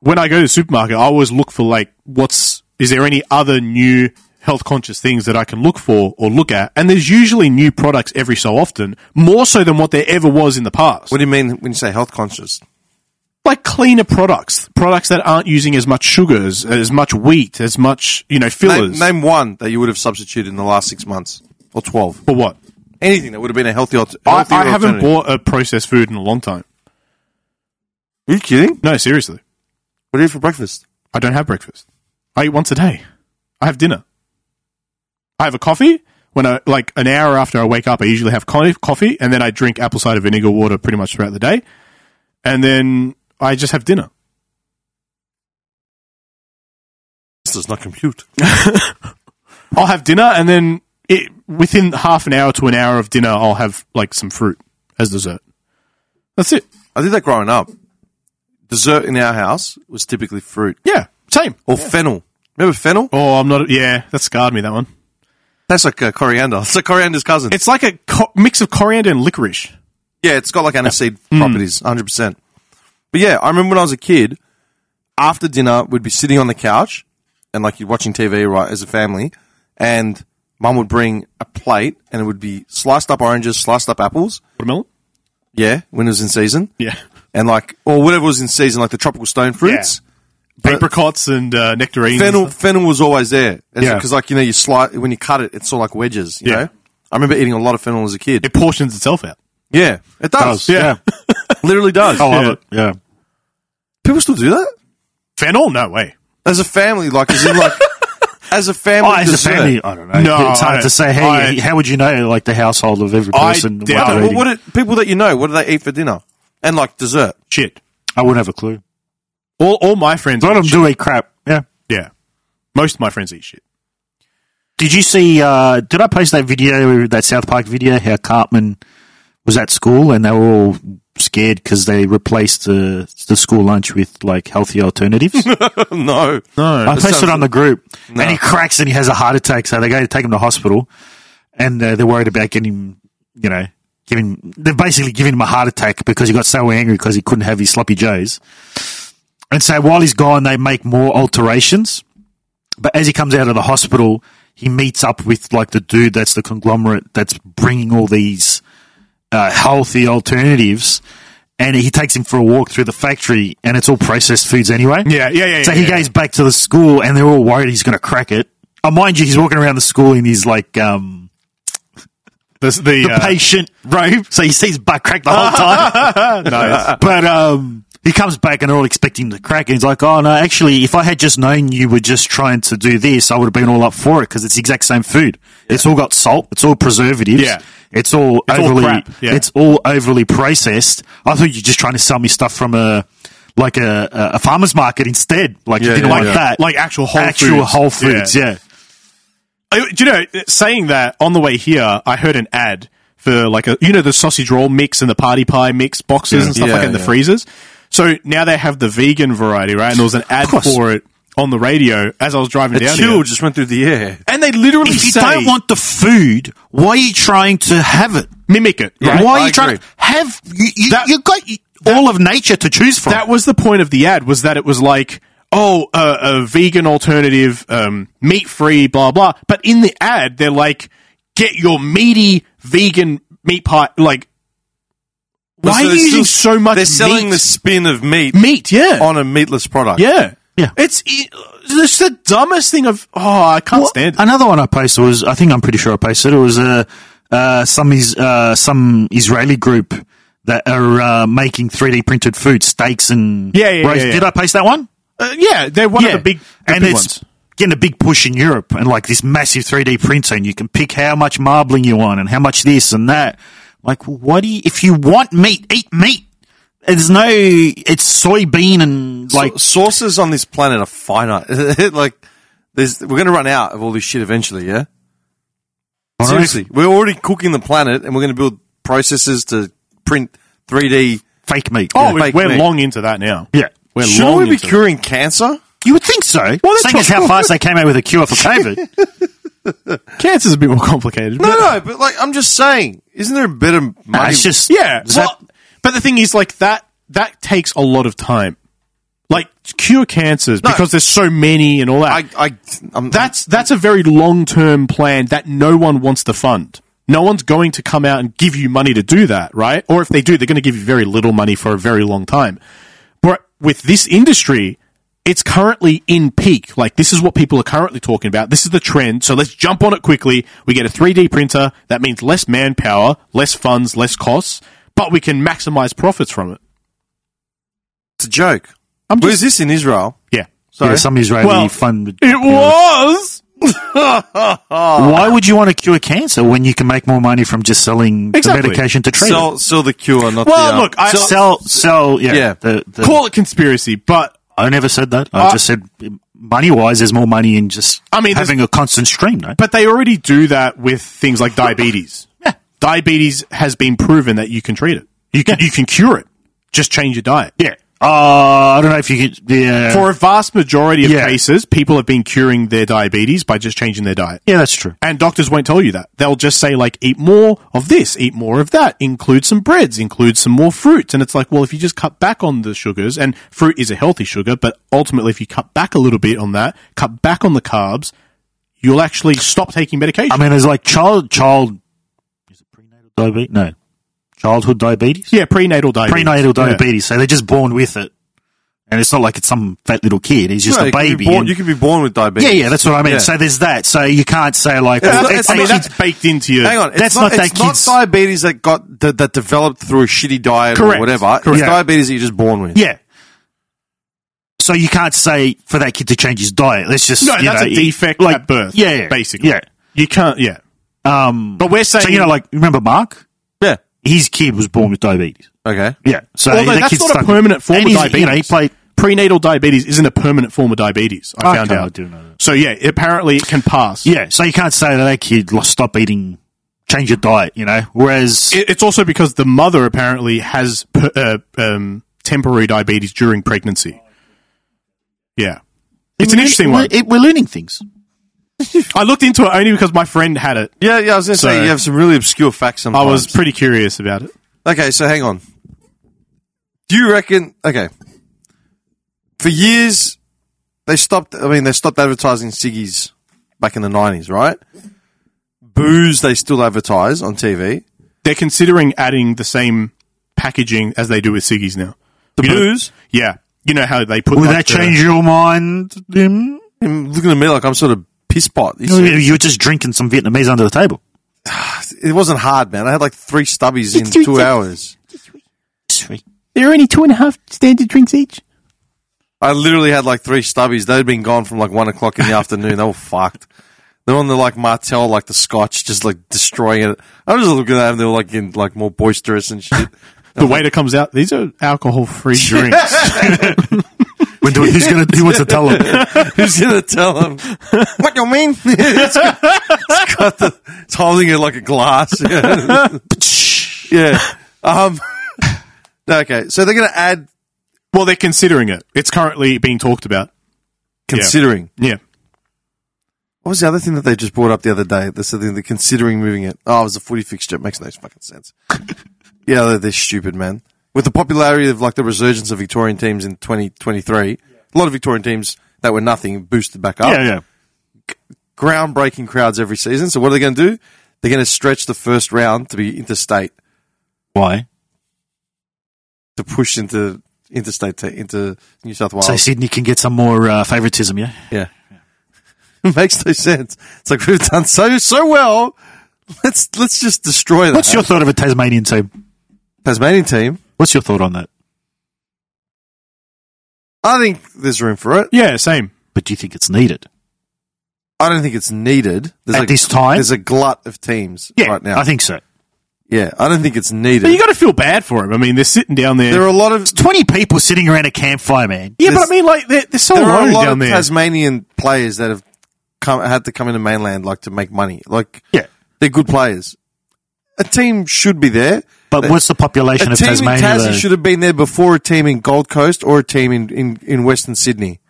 S2: when I go to the supermarket, I always look for like what's is there any other new health conscious things that I can look for or look at, and there's usually new products every so often, more so than what there ever was in the past
S1: What do you mean when you say health conscious?
S2: like cleaner products, products that aren't using as much sugars, as much wheat, as much you know
S1: Name,
S2: fillers
S1: name one that you would have substituted in the last six months or twelve.
S2: for what?
S1: Anything that would have been a healthy. Alter-
S2: I,
S1: healthier
S2: I haven't
S1: alternative.
S2: bought a processed food in a long time.
S1: Are you kidding?
S2: No, seriously,
S1: What do you eat for breakfast?
S2: I don't have breakfast. I eat once a day. I have dinner. I have a coffee when I like an hour after I wake up. I usually have co- coffee and then I drink apple cider vinegar water pretty much throughout the day, and then I just have dinner.
S1: This does not compute.
S2: I'll have dinner and then it, within half an hour to an hour of dinner, I'll have like some fruit as dessert. That's it.
S1: I did that growing up. Dessert in our house was typically fruit
S2: Yeah, same.
S1: or fennel. Remember fennel?
S2: Oh, I'm not. Yeah, that scarred me. That one.
S1: That's like uh, coriander. It's like coriander's cousin.
S2: It's like a co- mix of coriander and licorice.
S1: yeah, it's got like aniseed
S2: Mm.
S1: properties, 100%. But yeah, I remember when I was a kid, after dinner, we'd be sitting on the couch and like you're watching TV, right, as a family, and mum would bring a plate and it would be sliced up oranges, sliced up apples.
S2: Watermelon.
S1: Yeah, when it was in season.
S2: Yeah.
S1: And like, or whatever was in season, like the tropical stone fruits.
S2: Apricots and uh, nectarines.
S1: fennel fennel was always there
S2: Yeah.
S1: because like you know you slice when you cut it it's all like wedges you
S2: Yeah.
S1: know I remember eating a lot of fennel as a kid
S2: It portions itself out.
S1: yeah it does,
S2: Yeah. Oh.
S1: literally does
S3: I love
S2: yeah.
S3: it. Yeah.
S1: people still do that
S2: Fennel? No way.
S1: as a family like as in like as a family
S3: Oh, as a
S1: dessert.
S3: family, I don't know.
S2: No,
S3: it's
S2: I-
S3: hard to say. How,
S2: I-
S3: how would you know, like, the household of every
S2: I
S3: person? what
S2: doubt-
S3: they're
S1: Well,
S3: eating?
S1: what do- people that you know what do they eat for dinner and like dessert
S2: Shit.
S3: I wouldn't have a clue.
S2: All, all my friends.
S3: A lot
S2: eat
S3: of them
S2: shit.
S3: do eat crap. Yeah.
S2: Yeah. Most of my friends eat shit.
S3: Did you see? Uh, did I post that video, that South Park video, how Cartman was at school and they were all scared because they replaced the the school lunch with like healthy alternatives?
S1: no
S2: No.
S3: I posted
S1: sounds-
S3: it on the group, and he cracks and he has a heart attack, so they go to take him to hospital, and uh, they're worried about getting him, you know, giving. They're basically giving him a heart attack because he got so angry because he couldn't have his sloppy joes. And so while he's gone, they make more alterations. But as he comes out of the hospital, he meets up with like the dude that's the conglomerate that's bringing all these uh, healthy alternatives, and he takes him for a walk through the factory, and it's all processed foods anyway.
S2: yeah, yeah, yeah.
S3: So
S2: yeah,
S3: he
S2: yeah.
S3: goes back to the school, and they're all worried he's going to crack it. Oh, mind you, he's walking around the school in his like um,
S2: The, the,
S3: the
S2: uh,
S3: patient robe, so he sees butt crack the whole time.
S2: nice.
S3: but um, he comes back, and they're all expecting him to crack. And he's like, "Oh no, actually, if I had just known you were just trying to do this, I would have been all up for it because it's the exact same food. It's all got salt. It's all preservatives.
S2: Yeah.
S3: It's all
S2: all
S3: overly.
S2: crap, yeah.
S3: It's all overly processed. I thought you're just trying to sell me stuff from a." Like a, a a farmer's market instead. Like you
S1: Yeah,
S3: didn't
S1: yeah,
S3: like
S1: yeah.
S3: that.
S2: Like actual Whole
S3: actual
S2: Foods.
S3: Whole Foods. Yeah.
S2: I, do you know, saying that on the way here, I heard an ad for like a, you know, the sausage roll mix and the party pie mix boxes and stuff
S1: Yeah,
S2: like that in the
S1: yeah.
S2: freezers. So now they have the vegan variety, right? And there was an ad for it. on the radio as I was driving
S1: A
S2: down
S1: chill
S2: here.
S1: just went through the air.
S2: And they literally
S3: If you
S2: say,
S3: don't want the food, why are you trying to have it?
S2: mimic it. Right?
S3: Why are you
S1: I
S3: trying to
S1: agree.
S3: have? You, you,
S2: That-
S3: you got all of nature to choose from.
S2: That was the point of the ad was that it was like, oh, uh, a vegan alternative, um, meat free, blah blah. But in the ad, they're like, get your meaty vegan meat pie. Like,
S1: So
S2: why are
S1: they're
S2: you using
S1: still-
S2: so much?
S1: They're selling
S2: meat?
S1: the spin of meat
S2: meat. Yeah,
S1: on a meatless product.
S2: yeah,
S3: Yeah.
S2: It's it- it's the dumbest thing I've. Oh, I can't
S3: Well,
S2: stand it.
S3: Another one I posted was I think I'm pretty sure I posted it was uh, uh, some is uh, some Israeli group that are uh, making 3D printed food, steaks and
S2: Yeah, yeah, yeah, yeah.
S3: Did I post that one?
S2: Uh, yeah, they're one of the big, the
S3: and
S2: big
S3: it's
S2: ones.
S3: getting a big push in Europe and like this massive 3D printer, and you can pick how much marbling you want and how much this and that. Like, why do you? If you want meat, eat meat. There's no. It's soybean and
S1: like
S3: like
S1: sources on this planet are finite. like, there's we're going to run out of all this shit eventually. Yeah,
S3: All right.
S1: seriously, we're already cooking the planet, and we're going to build processes to print 3D.
S3: fake meat.
S2: Oh,
S1: Yeah,
S2: we-
S1: fake
S2: we're
S1: meat.
S2: long into that now.
S3: yeah.
S2: We're
S1: Shouldn't
S2: long
S1: we be
S2: into
S1: curing cancer?
S3: You would think so.
S2: that's
S3: seeing as
S2: what-
S3: how fast they came out with a cure for COVID.
S2: that. Cancer's a bit more complicated.
S1: No,
S2: but-
S1: no, but like I'm just saying, isn't there a better money?
S3: Nah, it's just
S2: Yeah.
S3: Is
S2: well, but the thing is, like that that takes a lot of time. Like to cure cancers because there's so many and all that.
S1: I, I, I'm,
S2: that's that's a very long term plan that no one wants to fund. No one's going to come out and give you money to do that, right? Or if they do, they're going to give you very little money for a very long time. But with this industry, it's currently in peak. Like this is what people are currently talking about. This is the trend. So let's jump on it quickly. We get a 3D printer. That means less manpower, less funds, less costs, but we can maximize profits from it.
S1: it's a joke.
S2: I'm
S1: Where's this in Israel?
S2: Yeah.
S1: Sorry,
S3: Yeah, some Israeli
S2: Well,
S3: fund. would-
S2: It was uh,
S3: Why would you want to cure cancer when you can make more money from just selling
S2: Exactly.
S3: the medication to treat
S1: sell, sell the cure, not
S2: Well,
S1: the. uh,
S2: look, I-
S3: it?
S1: sell-
S3: Sell, sell, yeah.
S1: Yeah.
S3: The, the,
S2: call it conspiracy, but
S3: I never said that. I
S2: Uh,
S3: just said money wise, there's more money in just
S2: I mean,
S3: having a constant stream, no?
S2: But they already do that with things like diabetes. Diabetes has been proven that you can treat it. You can you can cure it. Just change your diet.
S3: yeah. Uh, I don't know if you could. Yeah.
S2: For a vast majority of
S3: Yeah.
S2: cases, people have been curing their diabetes by just changing their diet.
S3: yeah, that's true.
S2: And doctors won't tell you that. They'll just say like eat more of this, eat more of that, include some breads, include some more fruits. And it's like, well, if you just cut back on the sugars and fruit is a healthy sugar, but ultimately if you cut back a little bit on that, cut back on the carbs, you'll actually stop taking medication.
S3: I mean, there's like child, child, is it prenatal diabetes? No. Childhood diabetes?
S2: yeah, prenatal diabetes.
S3: Prenatal
S2: Yeah.
S3: diabetes. So they're just born with it. And it's not like it's some fat little kid. He's just
S1: no,
S3: a
S1: you could be
S3: baby.
S1: born-
S3: and-
S1: you could be born with diabetes.
S3: Yeah, yeah, that's what I mean.
S1: Yeah.
S3: So there's that. So you can't say like,
S1: Yeah,
S3: well,
S1: that's-
S3: it's
S2: I mean,
S3: actually-
S2: that's baked into you.
S1: Hang on, it's
S3: That's
S1: not,
S3: not that
S1: it's not
S3: kid's-
S1: diabetes that got that, that developed through a shitty diet
S2: Correct,
S1: or whatever. It's
S3: correct. Yeah.
S1: diabetes that you're just born with.
S3: yeah. So you can't say for that kid to change his diet. Let's just
S2: No,
S3: you
S2: that's
S3: know,
S2: a
S3: it-
S2: defect
S3: like
S2: at birth.
S3: Yeah, yeah,
S2: basically.
S3: yeah.
S2: You can't. Yeah,
S3: Um,
S2: but we're saying
S3: so you know, like remember Mark,
S1: Yeah.
S3: his kid was born with diabetes.
S1: Okay.
S3: Yeah, so
S2: Although
S3: that
S2: that's
S3: kid's
S2: not a
S3: stuck-
S2: permanent form
S3: and
S2: of
S3: he's- You know, he
S2: diabetes.
S3: played.
S2: prenatal diabetes isn't a permanent form of diabetes. I
S3: I
S2: found
S3: can't- I
S2: out.
S3: didn't know that.
S2: So yeah, apparently it can pass.
S3: Yeah, so you can't say that that kid lost, stop eating, change your diet. You know, whereas
S2: It- It's also because the mother apparently has per, uh, um, temporary diabetes during pregnancy. Yeah, it's an interesting
S3: we're,
S2: one.
S3: it- we're learning things.
S2: I looked into it only because my friend had it.
S1: Yeah, yeah. I was going to
S2: So-
S1: say you have some really obscure facts.
S2: I
S1: Sometimes
S2: was pretty curious about it.
S1: Okay, so hang on. Do you reckon? Okay, for years they stopped. I mean, they stopped advertising ciggies back in the nineties, right? Booze they still advertise on TV.
S2: They're considering adding the same packaging as they do with ciggies now.
S1: The
S2: You know-
S1: booze.
S2: Yeah, you know how they put
S3: Will
S2: like,
S3: that
S2: the-
S3: change your mind? Dim?
S1: I'm looking at me like I'm sort of piss pot. It's-
S3: You were just drinking some Vietnamese under the table.
S1: It wasn't hard, man. I had like three stubbies in two hours.
S2: There are only two and a half standard drinks each.
S1: I literally had like three stubbies. They'd been gone from like one o'clock in the afternoon. They were fucked. They're on the like Martell, like the Scotch, just like destroying it. I was just looking at them. They were like in like more boisterous and shit.
S2: The waiter comes out. These are alcohol-free drinks.
S3: When do, who's gonna? Who wants to tell them?
S1: Who's gonna tell him? what you mean? it's, got the, it's holding it like a glass. Yeah. yeah. Um. Okay, so they're gonna add.
S2: well, they're considering it. It's currently being talked about.
S1: Considering.
S2: Yeah.
S1: What was the other thing that they just brought up the other day? They said they're considering moving it. Oh, it was a footy fixture. It makes no fucking sense. yeah, they're, they're stupid, man. With the popularity of like the resurgence of Victorian teams in 2023, a lot of Victorian teams that were nothing boosted back up.
S2: Yeah, yeah.
S1: Groundbreaking crowds every season. So what are they going to do? They're going to stretch the first round to be interstate
S3: Why?
S1: to push into interstate to into New South Wales.
S3: So Sydney can get some more uh, favoritism, yeah?
S1: Yeah. It makes no sense. It's like we've done so so well. Let's let's just destroy that.
S3: What's your thought of a Tasmanian team?
S1: Tasmanian team?
S3: What's your thought on that?
S1: I think there's room for it.
S2: Yeah, same.
S3: But do you think it's needed?
S1: I don't think it's needed there's
S3: At
S1: a,
S3: this time?
S1: There's a glut of teams
S3: Yeah,
S1: right now.
S3: I think so.
S1: yeah, I don't think it's
S2: But you
S1: needed.
S2: got to feel bad for him. I mean, they're sitting down there.
S1: There are a lot of
S3: 20 people sitting around a campfire, man.
S2: yeah, but
S1: there's-
S2: I mean, like, they're, they're so
S1: there are
S2: alone
S1: a lot
S2: down
S1: of
S2: there.
S1: Tasmanian players that have come had to come into mainland like to make money. Like
S3: Yeah.
S1: they're good players. A team should be there.
S3: But what's the population
S1: a
S3: of
S1: team
S3: Tasmania?
S1: in Tassie
S3: though?
S1: should have been there before a team in Gold Coast or a team in, in, in Western Sydney.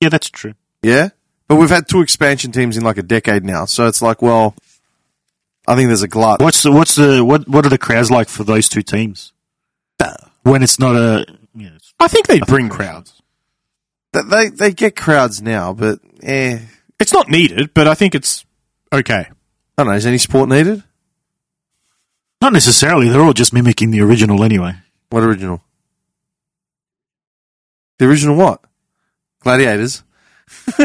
S3: yeah, that's true.
S1: Yeah? But we've had two expansion teams in like a decade now. So it's like, well, I think there's a glut.
S3: What's the what's the what what are the crowds like for those two teams? When it's not a you know, it's-
S2: I think they bring crowds.
S1: Th- They, they get crowds now, but eh.
S2: It's not needed, but I think it's okay.
S1: I don't know. Is any sport needed?
S3: not necessarily, they're all just mimicking the original anyway.
S1: What original? The original what? Gladiators.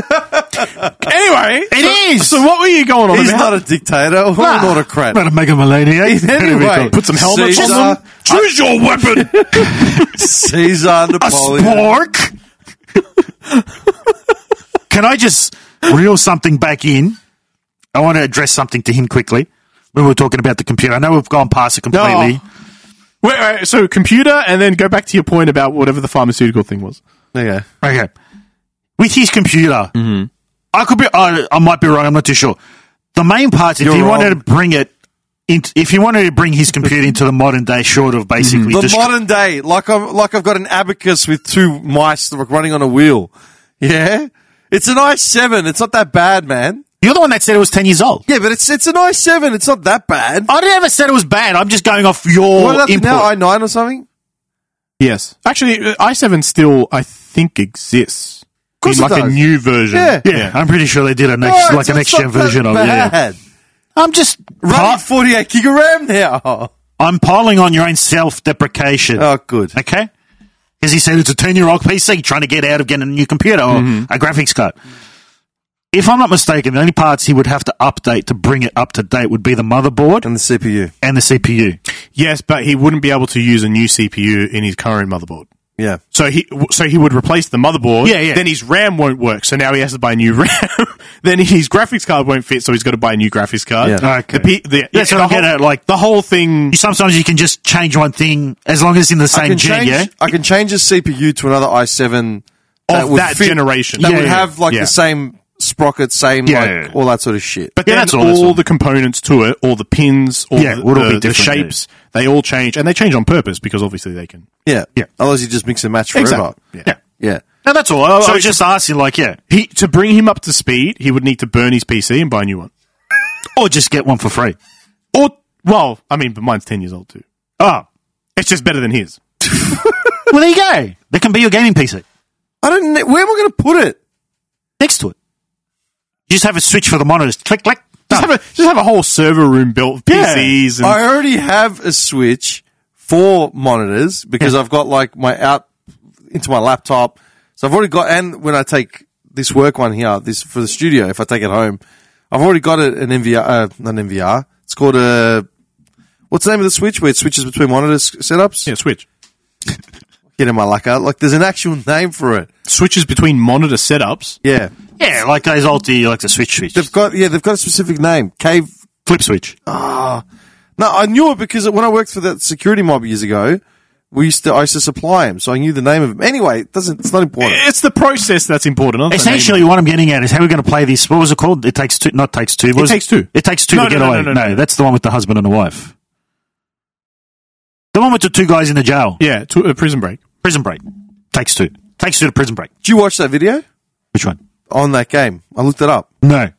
S2: Anyway, it is.
S3: so
S2: So what were you going on
S1: He's
S2: about?
S1: not a dictator or an autocrat.
S3: Not a mega millennia.
S1: Anyway,
S2: Put some helmets
S1: Caesar,
S2: on them. Choose your weapon.
S1: Caesar, Napoleon.
S3: Spork. Can I just reel something back in? I want to address something to him quickly. We were talking about the computer. I know we've gone past it completely.
S2: Wait, wait, uh, so computer, and then go back to your point about whatever the pharmaceutical thing was.
S1: Okay.
S3: Okay. With his computer,
S1: Mm-hmm.
S3: I could be. I, I might be wrong. I'm not too sure. The main part, if
S1: You're
S3: he wanted to
S1: wrong.
S3: bring it, in, if he wanted to bring his computer into the modern day, short of basically
S1: Mm-hmm. The
S3: dest-
S1: modern day, like I'm, like I've got an abacus with two mice that were running on a wheel. Yeah, it's an i7. It's not that bad, man.
S3: you're the one that said it was ten years old.
S1: Yeah, but it's it's an i7. It's not that bad.
S3: I never said it was bad. I'm just going off your
S1: What about
S3: input.
S1: now? i9 or something?
S2: Yes, actually, uh, i seven still I think exists. Of
S1: course
S2: like
S1: it
S2: a
S1: does.
S2: new version.
S1: Yeah.
S3: yeah, I'm pretty sure they did a next,
S1: Oh,
S3: like
S1: it's-
S3: a
S1: it's
S3: next
S1: not
S3: gen
S1: that
S3: version of it. Yeah.
S1: bad.
S3: I'm just
S1: Running
S3: pi-
S1: 48 gig of RAM now.
S3: I'm piling on your own self deprecation.
S1: Oh, good.
S3: Okay? Because he said it's a 10 year old PC trying to get out of getting a new computer or
S1: Mm-hmm.
S3: a graphics card. If I'm not mistaken, the only parts he would have to update to bring it up to date would be the motherboard
S1: And the CPU.
S3: and the CPU.
S2: Yes, but he wouldn't be able to use a new CPU in his current motherboard.
S1: Yeah.
S2: So he so he would replace the motherboard.
S3: Yeah, yeah.
S2: Then his RAM won't work, so now he has to buy a new RAM. then his graphics card won't fit, so he's got to buy a new graphics card.
S1: Yeah.
S3: Okay.
S2: The, P- the,
S3: That's
S2: yeah,
S3: what I'm
S2: the whole,
S3: getting at, like-
S2: the whole thing.
S3: You- Sometimes you can just change one thing as long as it's in the
S1: I
S3: same
S1: can,
S3: gen,
S1: change,
S3: yeah?
S1: I can change the CPU to another i7
S2: Of
S1: would
S2: that generation.
S1: That
S3: Yeah,
S1: would
S3: yeah,
S1: have like
S2: yeah.
S1: the same sprocket, same
S3: Yeah,
S1: like
S3: yeah, yeah.
S1: all that sort of shit.
S2: But
S3: Yeah,
S2: then
S3: that's all,
S2: all,
S3: that's all.
S2: the components to it, all the pins, all
S3: Yeah,
S2: the,
S3: it would all be
S2: the- the
S3: different, yeah.
S2: shapes, they all change, and they change on purpose because obviously they can.
S1: yeah.
S3: Yeah.
S1: Otherwise, you just mix and match forever.
S2: Yeah.
S1: Yeah.
S3: No, that's all.
S1: Oh,
S3: I, I
S2: So
S3: was just asking, like, yeah.
S2: He to bring him up to speed, he would need to burn his PC and buy a new one.
S3: Or just get one for free.
S2: Or well, I mean, but mine's ten years old too.
S3: Oh,
S2: It's just better than his.
S3: well, there you go. That can be your gaming PC
S1: I don't. kn- Where am I going to put it?
S3: next to it. You just have a switch for the monitors. Click, click.
S2: Just
S3: Done.
S2: have a just have a whole server room built with
S3: Yeah.
S2: PCs and
S1: I already have a switch for monitors because I've got like my out into my laptop. So I've already got, and when I take this work one here, this for the studio, if I take it home, I've already got a, an NVR, uh, not an NVR. It's called a what's the name of the switch where it switches between monitor s- setups?
S2: yeah, switch.
S1: Getting my luck out. Like there's an actual name for it.
S2: Switches between monitor setups.
S1: Yeah,
S3: Yeah, like those old, you like the switch switch.
S1: they've got yeah they've got a specific name. Cave
S3: flip switch.
S1: No, I knew it because when I worked for that security mob years ago, we used to I used to supply him, so I knew the name of him. Anyway, it doesn't it's not important.
S2: It's the process that's important. not the name.
S3: Essentially, what I'm getting at is how we're going to play this. What was it called? It takes two. Not takes two. What was
S2: Takes Two.
S3: It takes two
S2: No,
S3: to
S2: no,
S3: get
S2: no,
S3: away.
S2: no,
S3: No,
S2: no, no.
S3: that's the one with the husband and the wife. The one with the two guys in the jail.
S2: yeah, to a prison break.
S3: Prison break. Takes two. Takes two to prison break.
S1: Did you watch that video?
S3: Which one?
S1: on that game. I looked it up.
S3: No.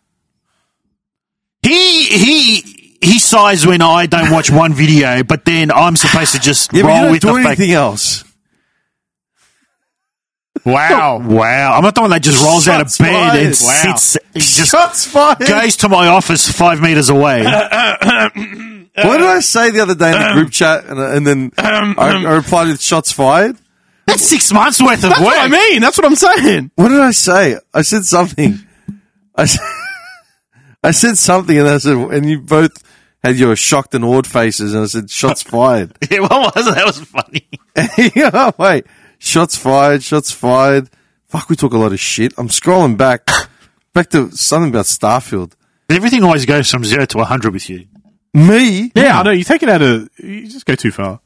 S3: He he he sighs when I don't watch one video, but then I'm supposed to just
S1: Yeah,
S3: roll
S1: but you
S3: with
S1: don't do
S3: the fact.
S1: anything else.
S2: Wow.
S3: Wow, I'm not the one that just rolls out of
S1: Shots
S3: bed and
S2: fired.
S3: sits, he just
S1: Shots fired.
S3: goes to my office five meters away.
S1: what did I say the other day in the group chat? And, and then I, I replied with shots fired.
S3: That's six months worth of
S2: That's
S3: work.
S2: what I mean. That's what I'm saying.
S1: What did I say? I said something. I said, I said something, and I said, and you both had your shocked and awed faces, and I said, shots fired.
S3: Yeah, what was it? That was funny.
S1: yeah, wait, shots fired, shots fired. Fuck, we talk a lot of shit. I'm scrolling back, back to something about Starfield.
S3: Everything always goes from zero to 100 with you.
S1: Me?
S2: Yeah, I know. You take it out of. You just go too far.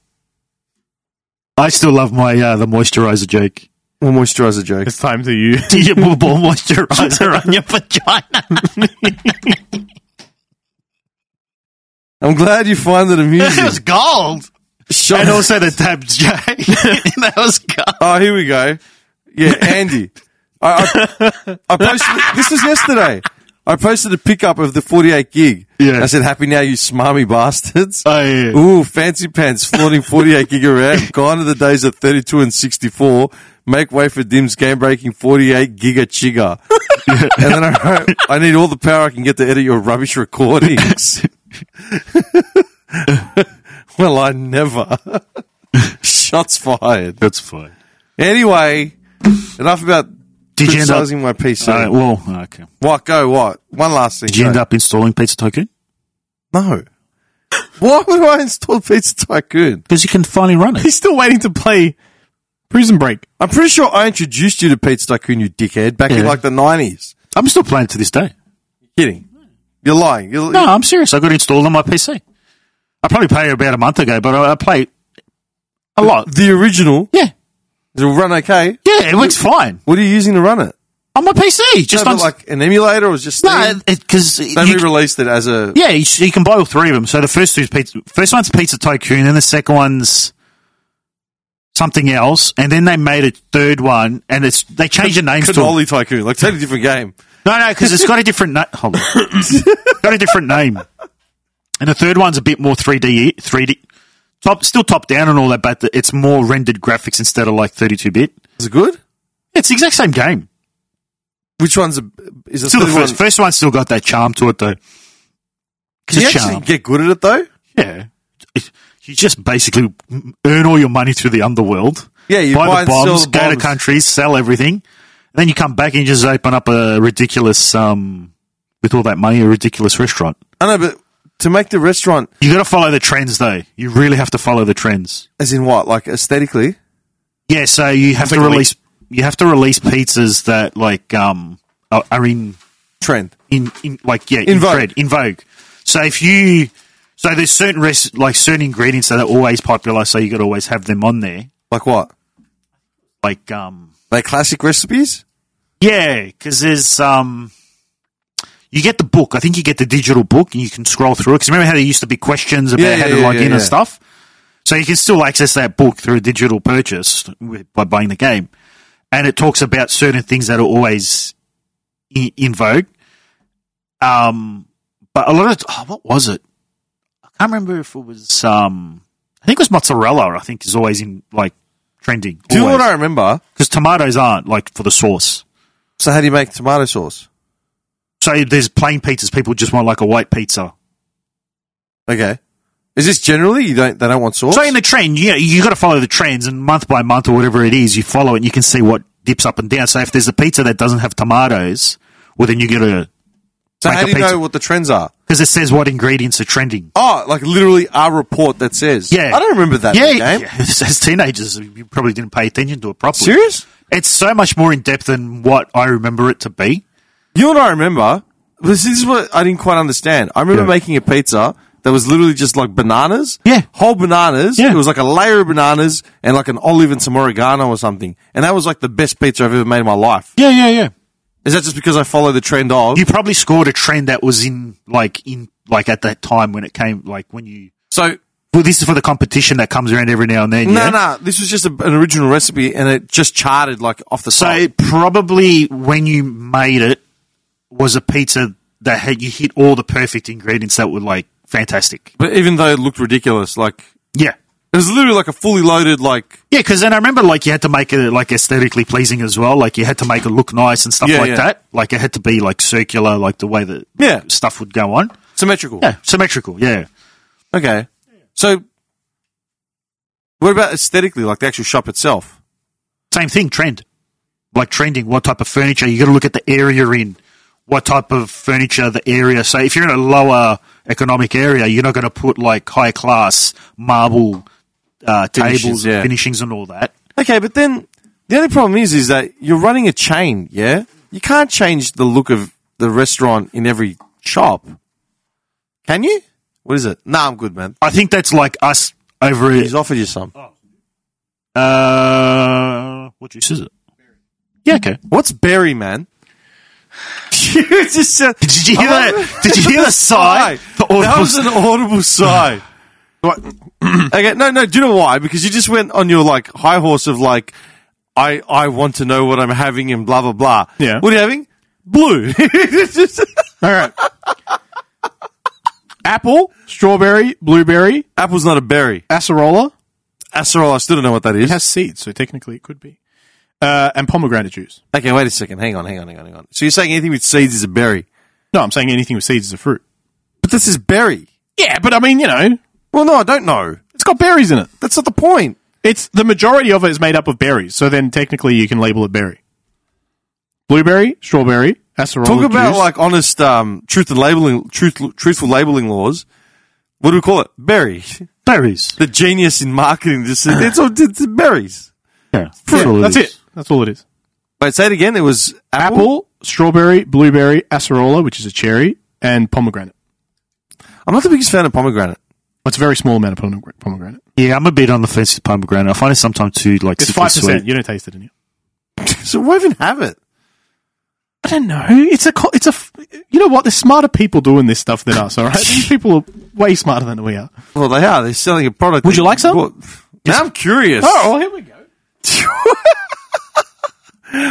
S3: I still love my uh, the moisturizer joke.
S1: Well, moisturizer joke.
S2: It's time to you.
S3: Do you put more moisturizer on your vagina?
S1: I'm glad you find it
S3: it
S1: amusing.
S3: was gold.
S1: Shots-
S3: And also the tabs joke. that was gold.
S1: Oh, here we go. Yeah, Andy. I, I, I posted this was yesterday. I posted a pickup of the 48 gig.
S3: Yeah.
S1: I said, "Happy now, you smarmy bastards."
S3: Oh, yeah.
S1: Ooh, fancy pants, flaunting 48 gig around. Gone are the days of 32 and 64. Make way for Dim's game-breaking 48 giga chigga. And then I wrote, "I need all the power I can get to edit your rubbish recordings." well, I never. Shots fired.
S3: That's fine.
S1: Anyway, enough about
S3: Did you end up?
S1: criticizing my PC.
S3: Alright, well, okay.
S1: What? Go what? One last thing.
S3: Did you end
S1: go.
S3: up installing Pizza Tycoon?
S1: No. Why would I install Pizza Tycoon?
S3: Because you can finally run it.
S2: He's still waiting to play Prison Break.
S1: I'm pretty sure I introduced you to Pizza Tycoon, you dickhead, back in
S3: Yeah.
S1: like the 90s.
S3: I'm still playing it to this day.
S1: Kidding. You're lying. You're,
S3: No, I'm serious. I got it installed on my PC. I probably played it about a month ago, but I, I play it a lot.
S1: The original.
S3: Yeah.
S1: It'll run okay.
S3: Yeah, it works fine.
S1: What are you using to run it?
S3: On my PC. Just
S1: no,
S3: on,
S1: but like an emulator or just
S3: No, because
S1: they re-released it as a
S3: yeah, you, sh- you can buy all three of them. So the first two's pizza, first one's Pizza Tycoon, and the second one's something else, and then they made a third one, and it's they changed the names to
S1: cannoli tycoon, like totally different game.
S3: no, no, because it's got a different name. Hold on, got a different name, and the third one's a bit more three D, three D, top still top down and all that, but it's more rendered graphics instead of like thirty two bit.
S1: Is it good?
S3: It's the exact same game.
S1: Which one's a, is it
S3: Still, the first first one's still got that charm to it though. 'Cause
S1: Do you
S3: it's
S1: actually
S3: charm.
S1: get good at it though?
S3: Yeah. You just basically earn all your money through the underworld.
S1: Yeah, you
S3: buy,
S1: buy and
S3: the bombs,
S1: sell the
S3: go
S1: bombs.
S3: to countries, sell everything. And then you come back and you just open up a ridiculous, um, with all that money, a ridiculous restaurant.
S1: I know, but to make the restaurant
S3: You got to follow the trends, though. You really have to follow the trends.
S1: As in what? Like aesthetically?
S3: Yeah, so you have to
S2: like a
S3: release you have to release pizzas that like um are, are in
S1: Trend.
S3: in, in like yeah
S1: In
S3: in,
S1: vogue.
S3: trend, in vogue. So if you so there's certain res- like certain ingredients that are always popular, so you got to always have them on there.
S1: Like what?
S3: Like um
S1: Like classic recipes?
S3: Yeah, because there's um, you get the book. I think you get the digital book, and you can scroll through it. Because remember how there used to be questions about
S1: Yeah,
S3: how
S1: yeah,
S3: to
S1: yeah,
S3: log
S1: yeah,
S3: in and
S1: yeah.
S3: stuff. So you can still access that book through a digital purchase with, by buying the game, and it talks about certain things that are always in, in vogue. Um, but a lot of oh, what was it? I can't remember if it was um, I think it was mozzarella. I think is always in like trending
S1: Do you know what I remember?
S3: because tomatoes aren't like for the sauce.
S1: So how do you make tomato sauce?
S3: So there's plain pizzas. People just want like a white pizza.
S1: Okay. Is this generally you don't they don't want sauce?
S3: So in the trend, you know, you got to follow the trends, and month by month or whatever it is, you follow it, and you can see what dips up and down. So if there's a pizza that doesn't have tomatoes, well then you get a
S1: so
S3: like
S1: how
S3: a
S1: do you
S3: pizza-
S1: know what the trends are?
S3: because it says what ingredients are trending.
S1: Oh, like literally our report that says.
S3: Yeah.
S1: I don't remember that
S3: Yeah,
S1: in the game.
S3: yeah. as teenagers, you probably didn't pay attention to it properly.
S1: Serious?
S3: It's so much more in depth than what I remember it to be.
S1: You know what I remember? This is what I didn't quite understand. I remember
S3: Yeah.
S1: making a pizza that was literally just like bananas.
S3: Yeah.
S1: Whole bananas.
S3: Yeah.
S1: It was like a layer of bananas and like an olive and some oregano or something. And that was like the best pizza I've ever made in my life.
S3: Yeah, yeah, yeah.
S1: Is that just because I follow the trend of
S3: You probably scored a trend that was in like in like at that time when it came like when you
S1: So
S3: Well, this is for the competition that comes around every now and then.
S1: No,
S3: yeah?
S1: no, this was just a, an original recipe, and it just charted like off the
S3: So
S1: side.
S3: it probably when you made it was a pizza that had you hit all the perfect ingredients that were like fantastic.
S1: But even though it looked ridiculous, like
S3: Yeah.
S1: it was literally like a fully loaded, like
S3: Yeah, because then I remember like you had to make it like aesthetically pleasing as well. Like you had to make it look nice and stuff
S1: Yeah,
S3: like
S1: yeah.
S3: that. Like it had to be like circular, like the way that
S1: Yeah.
S3: stuff would go on.
S1: symmetrical.
S3: Yeah, symmetrical. Yeah.
S1: Okay. So, what about aesthetically, like the actual shop itself?
S3: Same thing. Trend. Like trending. What type of furniture? You got to look at the area you're in. What type of furniture? The area. So if you're in a lower economic area, you're not going to put like high class marble uh,
S1: Finishes,
S3: tables,
S1: yeah.
S3: and finishings, and all that.
S1: Okay, but then the only problem is, is that you're running a chain. Yeah, you can't change the look of the restaurant in every shop, can you? What is it? Nah, I'm good, man.
S3: I think that's like us over.
S1: He's offered you some.
S3: Oh. Uh, what juice is it? Yeah. Okay.
S1: What's berry, man? you just said.
S3: Did you hear that? Did you hear the sigh? The
S1: that
S3: audible
S1: was an audible sigh. What? okay, no, no. Do you know why? Because you just went on your like high horse of like, I, I want to know what I'm having and blah blah blah.
S2: Yeah.
S1: What are you having? Blue. It's just-
S2: All right. Apple, strawberry, blueberry,
S1: Apple's not a berry.
S2: acerola.
S1: Acerola. I still don't know what that
S2: It
S1: is.
S2: has seeds, so technically it could be. Uh, and pomegranate juice.
S1: Okay, wait a second. Hang on, hang on, hang on, hang on. So you're saying anything with seeds is a berry?
S2: No, I'm saying anything with seeds is a fruit.
S1: But this is berry.
S2: Yeah, but I mean, you know,
S1: Well, no, I don't know.
S2: it's got berries in it.
S1: That's not the point.
S2: It's the majority of it is made up of berries, so then technically you can label it berry. Blueberry, strawberry, acerola.
S1: Talk about
S2: juice.
S1: like honest um, truth and labeling, truth, truthful labeling laws. What do we call it? Berry.
S3: berries.
S1: The genius in marketing just said, it's, all- it's berries.
S3: Yeah.
S2: Yeah, that's it. That's all it is.
S1: Wait, say it again. It was apple.
S2: Apple, strawberry, blueberry, acerola, which is a cherry, and pomegranate.
S1: I'm not the biggest fan of pomegranate.
S2: It's a very small amount of pome- pomegranate.
S3: Yeah, I'm a bit on the fence with pomegranate. I find it sometimes too like
S2: It's
S3: sick and
S2: five percent.
S3: sweet.
S2: You don't taste it in you.
S1: So why even have it?
S2: I don't know. It's a. co- It's a. f- You know what? There's smarter people doing this stuff than us. All right, these people are way smarter than we are.
S1: Well, they are. They're selling a product.
S2: Would you like some?
S1: Well, now I'm curious.
S2: Oh, well, here we go.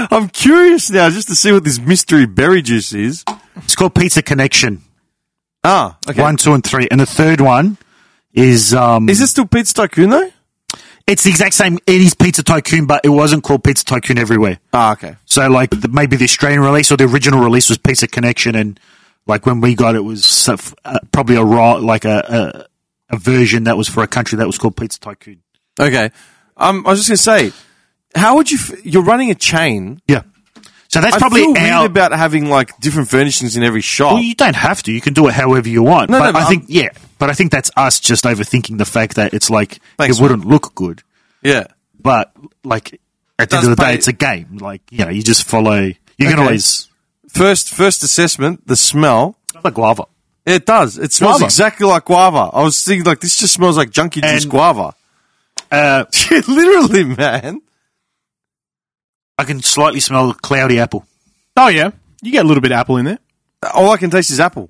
S1: I'm curious now just to see what this mystery berry juice is.
S3: It's called Pizza Connection.
S1: Ah, okay.
S3: One, two, and three, and the third one is um.
S1: Is it still Pete's Tycoon though?
S3: It's the exact same. It is Pizza Tycoon, but it wasn't called Pizza Tycoon everywhere.
S1: Ah, okay.
S3: So like the, maybe the Australian release or the original release was Pizza Connection, and like when we got it was so- f- uh, probably a raw like a, a a version that was for a country that was called Pizza Tycoon.
S1: Okay. Um, I was just going to say, how would you? F- you're running a chain.
S3: Yeah. So that's
S1: I
S3: probably
S1: feel
S3: our.
S1: weird about having like different furnishings in every shop.
S3: Well, you don't have to. You can do it however you want.
S1: No,
S3: but
S1: no, but
S3: I
S1: I'm-
S3: think yeah. But I think that's us just overthinking the fact that it's like
S1: Thanks,
S3: it wouldn't look good.
S1: yeah.
S3: But like at the
S1: does
S3: end of the
S1: pay-
S3: day, it's a game. Like you know, you just follow. You can
S1: Okay.
S3: always
S1: First, first assessment, the smell.
S3: it's like guava.
S1: It does. It smells
S2: Guava.
S1: exactly like guava. I was thinking like this just smells like junkie juice
S3: And-
S1: guava.
S3: Uh,
S1: Literally, man.
S3: I can slightly smell cloudy apple.
S2: Oh yeah, you get a little bit of apple in there.
S1: All I can taste is apple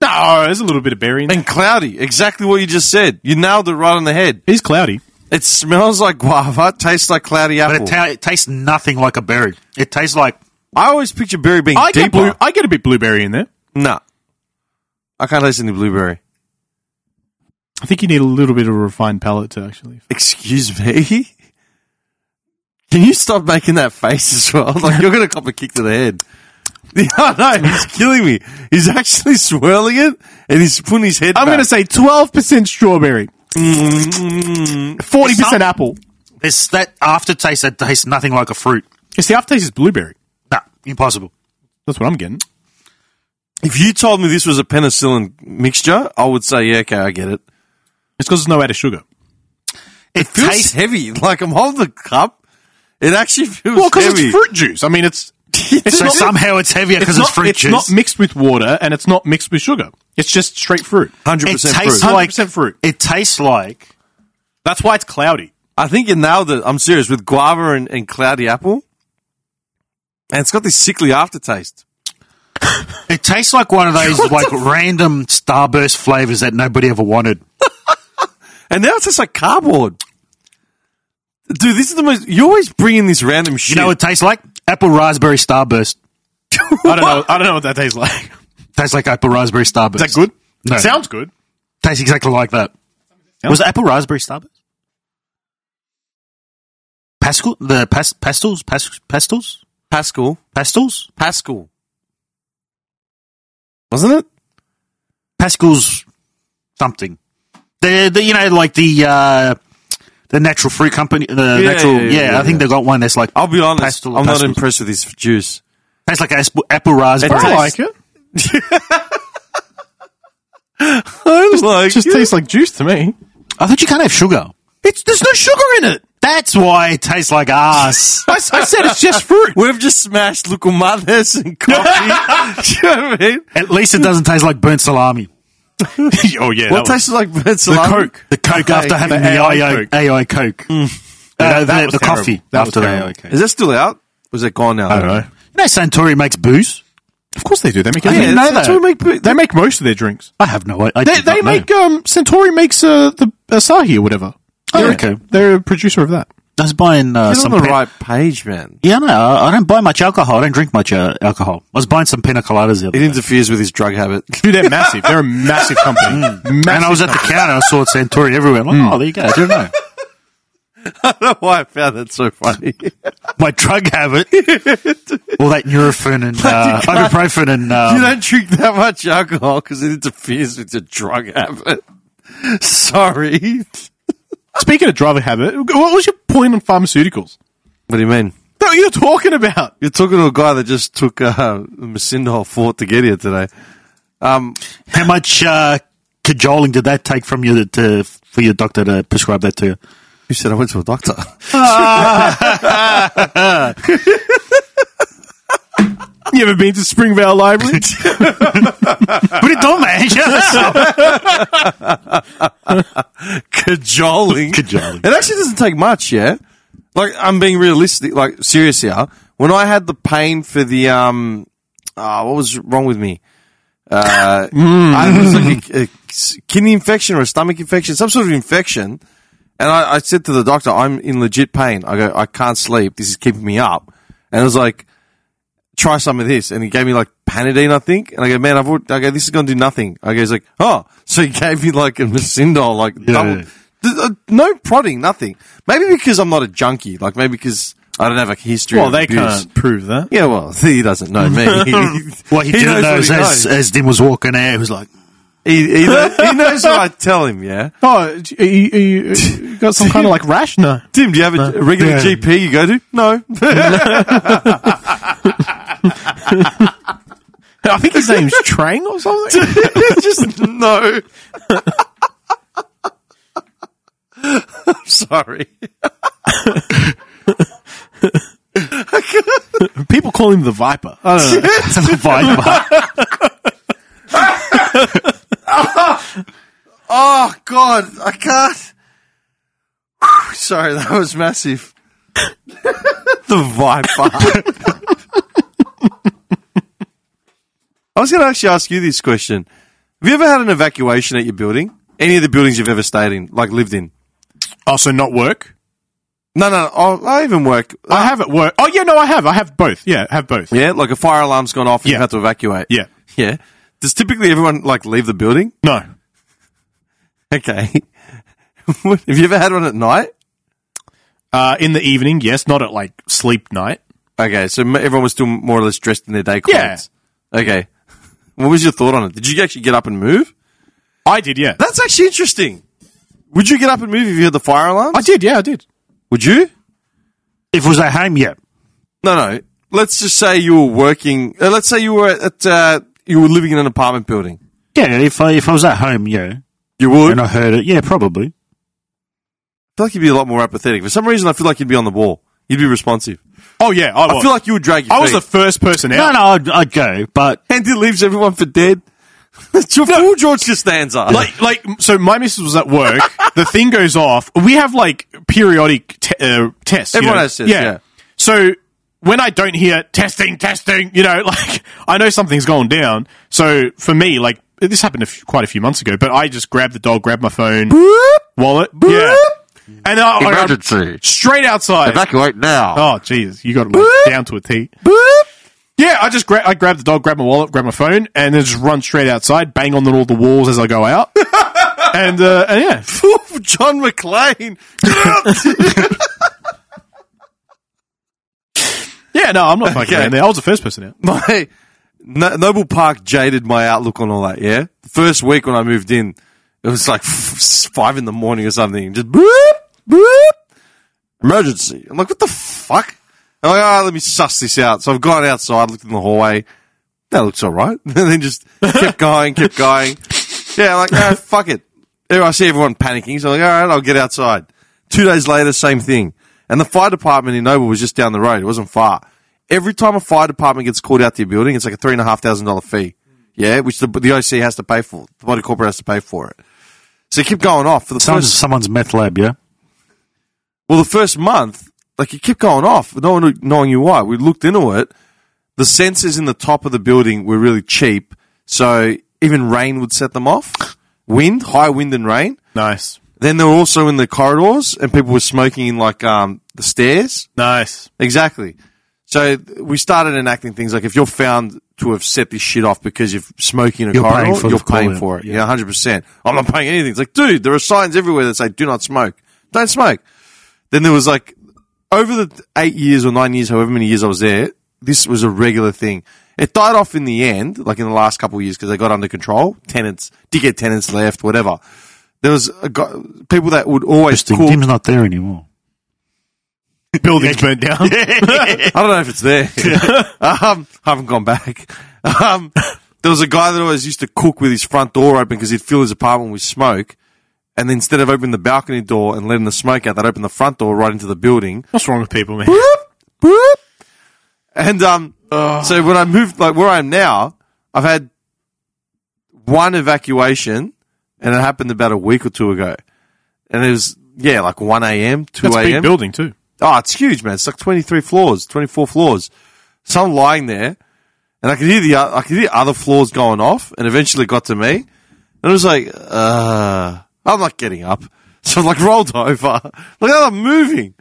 S2: No, there's a little bit of berry in there.
S1: and cloudy. Exactly what you just said. You nailed it right on the head.
S2: It's cloudy.
S1: It smells like guava, tastes like cloudy
S3: But
S1: apple.
S3: it, ta- it tastes nothing like a berry. It tastes like
S1: I always picture berry being
S2: I
S1: deep
S2: get blue. I get a bit blueberry in there.
S1: Nah, I can't taste any blueberry.
S2: I think you need a little bit of a refined palate to actually.
S1: Excuse me? Can you stop making that face as well? Like, you're going to cop a kick to the head. Yeah, I know, he's killing me. He's actually swirling it and he's putting his head
S2: I'm going
S1: back.
S2: to say 12% strawberry,
S1: Mm,
S2: 40% apple.
S3: there's that aftertaste that tastes nothing like a fruit.
S2: It's the aftertaste is blueberry.
S3: Nah, impossible.
S2: That's what I'm getting.
S1: If you told me this was a penicillin mixture, I would say, yeah, okay, I get it.
S2: It's because there's no added sugar.
S3: It
S1: Feels
S3: tastes
S1: heavy. Like, I'm holding the cup. It actually feels
S2: Well, because
S1: heavy.
S2: it's fruit juice. I mean, it's
S1: It's
S3: so
S1: not-
S3: somehow it's heavier because it's,
S2: not,
S3: fruit
S2: it's
S3: juice.
S2: not mixed with water and it's not mixed with sugar. It's just straight fruit.
S1: 100%
S3: it
S1: fruit.
S3: tastes like
S2: 100% fruit.
S3: It tastes like
S2: That's why it's cloudy.
S1: I think you nailed it. I'm serious. With guava and, and cloudy apple. And it's got this sickly aftertaste.
S3: It tastes like one of those like random starburst flavors that nobody ever wanted.
S1: And now it's just like cardboard. Dude, this is the most. You always bring in this random shit.
S3: You know what it tastes like? Apple raspberry starburst.
S2: I don't know. I don't know what that tastes like.
S3: Tastes like apple raspberry starburst.
S2: Is that good?
S3: No.
S2: Sounds good.
S3: Tastes exactly like that. Was it apple raspberry starburst? Pascal, the pas- pastels, pas- pastels,
S1: Pascal.
S3: pastels,
S1: Pascal. Wasn't it?
S3: Pascal's something. The, the you know like the uh, the natural fruit company, the
S1: Yeah,
S3: natural.
S1: yeah,
S3: Yeah,
S1: yeah, yeah,
S3: I think
S1: yeah.
S3: they got one that's like
S1: I'll be honest.
S3: Pastel or
S1: I'm not
S3: pastels.
S1: impressed with this juice.
S3: tastes like asp- apple raspberry.
S1: tastes-
S2: I like it.
S1: I like
S2: Just tastes like juice to me.
S3: I thought you can't have sugar. It's there's no sugar in it. That's why it tastes like ass.
S2: I, s- I said it's just fruit.
S1: We've just smashed Luca Martinez and coffee. Do you know what I mean?
S3: At least it doesn't taste like burnt salami.
S2: oh yeah.
S1: What
S2: that was-
S1: tastes like burnt
S3: The
S1: salami?
S3: Coke, the Coke after having the
S2: AI
S3: AI Coke.
S2: Coke.
S3: AI
S2: that-
S3: Coke. Uh,
S2: that
S3: the
S2: was terrible.
S3: the coffee
S2: That was
S3: after that.
S2: terrible. Okay.
S1: Is that still out? Or is it gone now?
S2: I don't know.
S3: You know, Santori makes booze.
S2: Of course they do. They make.
S3: didn't
S2: everything.
S3: know
S1: that's
S3: that.
S1: what we make. boo-
S2: They make most of their drinks.
S3: I have no. I
S2: They, they make um, Centauri makes uh, the Asahi or whatever.
S3: Oh,
S2: They're-
S3: okay.
S2: they're a producer of that.
S3: I was buying uh,
S1: Get
S3: some.
S1: on the
S3: pe-
S1: right page, man.
S3: Yeah, no, I I don't buy much alcohol. I don't drink much uh, alcohol. I was buying some pina coladas the other
S1: It
S3: day.
S1: interferes with his drug habit.
S2: Dude, they're massive. They're a massive company. Massive.
S3: And I was at the counter. I saw Santori everywhere. I'm like, oh, there you go. I don't know.
S1: I don't know why I found that so funny.
S3: My drug habit. All that Nurofen and uh,
S1: Bloody God.
S3: ibuprofen and um,
S1: you don't drink that much alcohol because it interferes with your drug habit. Sorry.
S2: Speaking of driver habit, what was your point on pharmaceuticals?
S1: What do you mean?
S2: That you're talking about.
S1: You're talking to a guy that just took uh, Masindol Fort to get here today.
S3: How much uh, cajoling did that take from you to, for your doctor to prescribe that to you?
S1: You said I went to a doctor.
S2: You ever been to Springvale Library?
S3: What are you doing, man?
S1: Cajoling.
S3: Cajoling.
S1: It actually doesn't take much, yeah. Like I'm being realistic, like serious here. When I had the pain for the um, ah, what was wrong with me? Uh, I it was like a, a kidney infection or a stomach infection, some sort of infection. And I, I said to the doctor, "I'm in legit pain. I go, I can't sleep. This is keeping me up." And it was like, "Try some of this." And he gave me like Panadine, I think. And I go, "Man, I've already, I go, this is gonna do nothing." I go, "He's like, oh, so he gave me like a Masindol, like double."
S3: yeah.
S1: Th- uh, no prodding, nothing. Maybe because I'm not a junkie. Like maybe because I don't have a history.
S2: well,
S1: of
S2: they
S1: abuse.
S2: can't prove that.
S1: Yeah, well, he doesn't know me.
S3: What he,
S1: knows
S3: didn't know
S1: what
S3: is
S1: he
S3: as,
S1: knows.
S3: as Dim was walking out, he was like,
S1: He, he, knows, he knows what I tell him. Yeah,
S2: Oh, you, you, you got some kind of like rash? No.
S1: Tim, do you have a, a regular
S3: Yeah.
S1: GP you go to? No,
S2: I think his name's Trang or something.
S1: just no. I'm sorry.
S2: People call him the Viper. I don't know.
S3: "It's a viper."
S1: Oh God, I can't. Whew, sorry, that was massive. the viper. I was going to actually ask you this question: Have you ever had an evacuation at your building? Any of the buildings you've ever stayed in, like lived in?
S2: Also, not work.
S1: No, no, I, I even work.
S2: I have at work. Oh yeah, no, I have. I have both. Yeah, I have both.
S1: Yeah, like a fire alarm's gone off, and you
S2: Yeah.
S1: have to evacuate.
S2: Yeah.
S1: yeah. Does typically everyone like leave the building?
S2: No.
S1: Okay. have you ever had one at night?
S2: Uh, in the evening, yes. Not at like sleep night.
S1: Okay, so m- everyone was still more or less dressed in their day clothes. Okay. What was your thought on it? Did you actually get up and move?
S2: I did. Yeah.
S1: That's actually interesting. Would you get up and move if you heard the fire alarm?
S2: I did. Yeah, I did.
S1: Would you?
S3: if it was at home, yeah.
S1: No, no. Let's just say you were working. Uh, let's say you were at uh, you were living in an apartment building.
S3: Yeah, if I, if I was at home, yeah.
S1: You would.
S3: And I heard it, yeah, probably.
S1: I feel like you'd be a lot more apathetic. For some reason, I feel like you'd be on the ball. You'd be responsive.
S2: Oh yeah, I,
S1: I
S2: was.
S1: feel like you would drag your
S2: I was
S1: feet.
S2: the first person out.
S3: No, no, I'd, I'd go, but
S1: Andy leaves everyone for dead. It's your full George Costanza.
S2: like like so my missus was at work the thing goes off we have like periodic te- uh, tests you
S1: Everyone
S2: know?
S1: has tests, yeah.
S2: so when i don't hear testing testing you know like i know something's going down so for me like this happened a few, quite a few months ago, but I just grabbed the dog, grabbed my phone, wallet, yeah, and uh, I, I- I-
S4: Emergency.
S2: straight outside.
S4: Evacuate now.
S2: Oh, Jesus, you got it like, down to a T. Yeah, I just gra- I grab the dog, grab my wallet, grab my phone, and then just run straight outside, bang on all the walls as I go out, and uh, and yeah,
S1: John McClane.
S2: yeah. No, I'm not fucking
S1: Okay.
S2: around there. I was the first person out.
S1: my no- Noble Park jaded my outlook on all that. Yeah, the first week when I moved in, it was like five in the morning or something. Just boop boop emergency. I'm like, what the fuck? I'm like, ah, let me suss this out. So I've gone outside, looked in the hallway. That looks all right. And then just kept going, kept going. Yeah, like, ah, fuck it. Yeah, I see everyone panicking, so I'm like, all right, I'll get outside. Two days later, same thing. And the fire department in Noble was just down the road. It wasn't far. Every time a fire department gets called out to your building, it's like a three and a half thousand dollar fee. Yeah, which the, the OC has to pay for. The body corporate has to pay for it. So you keep going off for the
S3: Someone's,
S1: first
S3: someone's meth lab, yeah?
S1: well, the first month, like you kept going off, no one knowing you why. We looked into it. The sensors in the top of the building were really cheap, so even rain would set them off. Wind, high wind and rain.
S2: Nice,
S1: Then they were also in the corridors, and people were smoking in like um, the stairs.
S2: nice.
S1: Exactly. So th- we started enacting things like if you're found to have set this shit off because you've smoking in a
S3: You're
S1: corridor,
S3: paying for
S1: you're
S3: the call
S1: paying
S3: out.
S1: for it. Yeah, hundred percent. I'm not paying anything. It's like, dude, there are signs everywhere that say "Do not smoke." Don't smoke. Then there was like over the eight years or nine years, however many years I was there, this was a regular thing. It died off in the end, like in the last couple of years, because they got under control. Tenants, did get tenants left, whatever. There was a guy, people that would always
S3: Interesting.
S1: call.
S3: Dim's not there anymore.
S2: Buildings burnt down.
S1: I don't know if it's there. um, I haven't gone back. Um, there was a guy that always used to cook with his front door open because he'd fill his apartment with smoke. And then instead of opening the balcony door and letting the smoke out, they'd open the front door right into the building.
S2: What's wrong with people, man?
S1: And um, so when I moved, like where I am now, I've had one evacuation and it happened about a week or two ago. And it was, yeah, like 1 a.m., 2
S2: That's a big
S1: a.m.
S2: building too.
S1: Oh, it's huge, man. It's like 23 floors, 24 floors. So I'm lying there and I could hear the, uh, I could hear other floors going off and eventually it got to me. And it was like, uh, I'm not getting up. So I'm like rolled over. Look how I'm moving.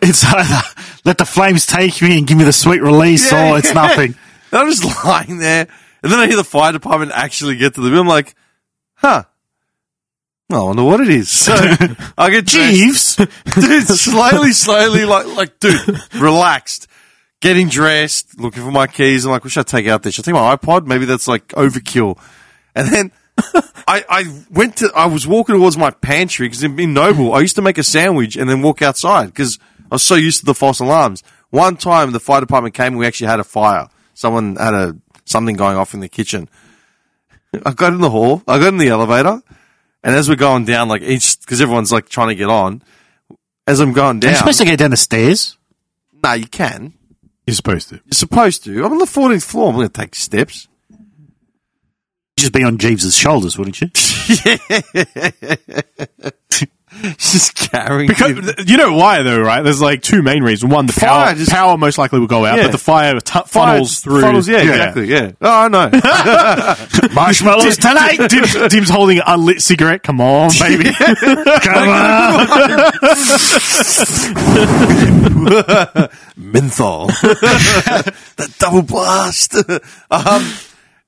S3: It's either let the flames take me and give me the sweet release,
S1: Yeah,
S3: or it's
S1: yeah.
S3: nothing.
S1: And I'm just lying there. And then I hear the fire department actually get to the room. I'm like, huh. I wonder what it is. So I get dressed.
S3: Jeeves,
S1: dude, slowly, slowly, like, like, dude, relaxed, getting dressed, looking for my keys. I'm like, what should I take out there? Should I take my iPod? Maybe that's like overkill. And then I, I went to, I was walking towards my pantry because in, in Noble, I used to make a sandwich and then walk outside because I was so used to the false alarms. One time the fire department came and we actually had a fire. Someone had a, something going off in the kitchen. I got in the hall, I got in the elevator. And as we're going down, like each, because everyone's like trying to get on, as I'm going
S3: you're
S1: down,
S3: supposed to go down the stairs.
S1: no, you can.
S2: You're supposed to.
S1: You're supposed to. I'm on the 14th floor. I'm going to take steps.
S3: You'd just be on Jeeves's shoulders, wouldn't you?
S1: Just carrying. him.
S2: Because you know why though, right? There's like two main reasons. One, the
S1: Fire
S2: power
S1: just-
S2: power most likely will go out,
S1: Yeah.
S2: but the fire tu-
S1: Fire
S2: funnels through.
S1: Funnels, yeah, exactly. Yeah. Oh, I know.
S3: Marshmallows tonight.
S2: Dim's, Dim's holding an unlit cigarette. Come on, baby.
S3: Come on.
S1: menthol. that double blast. um,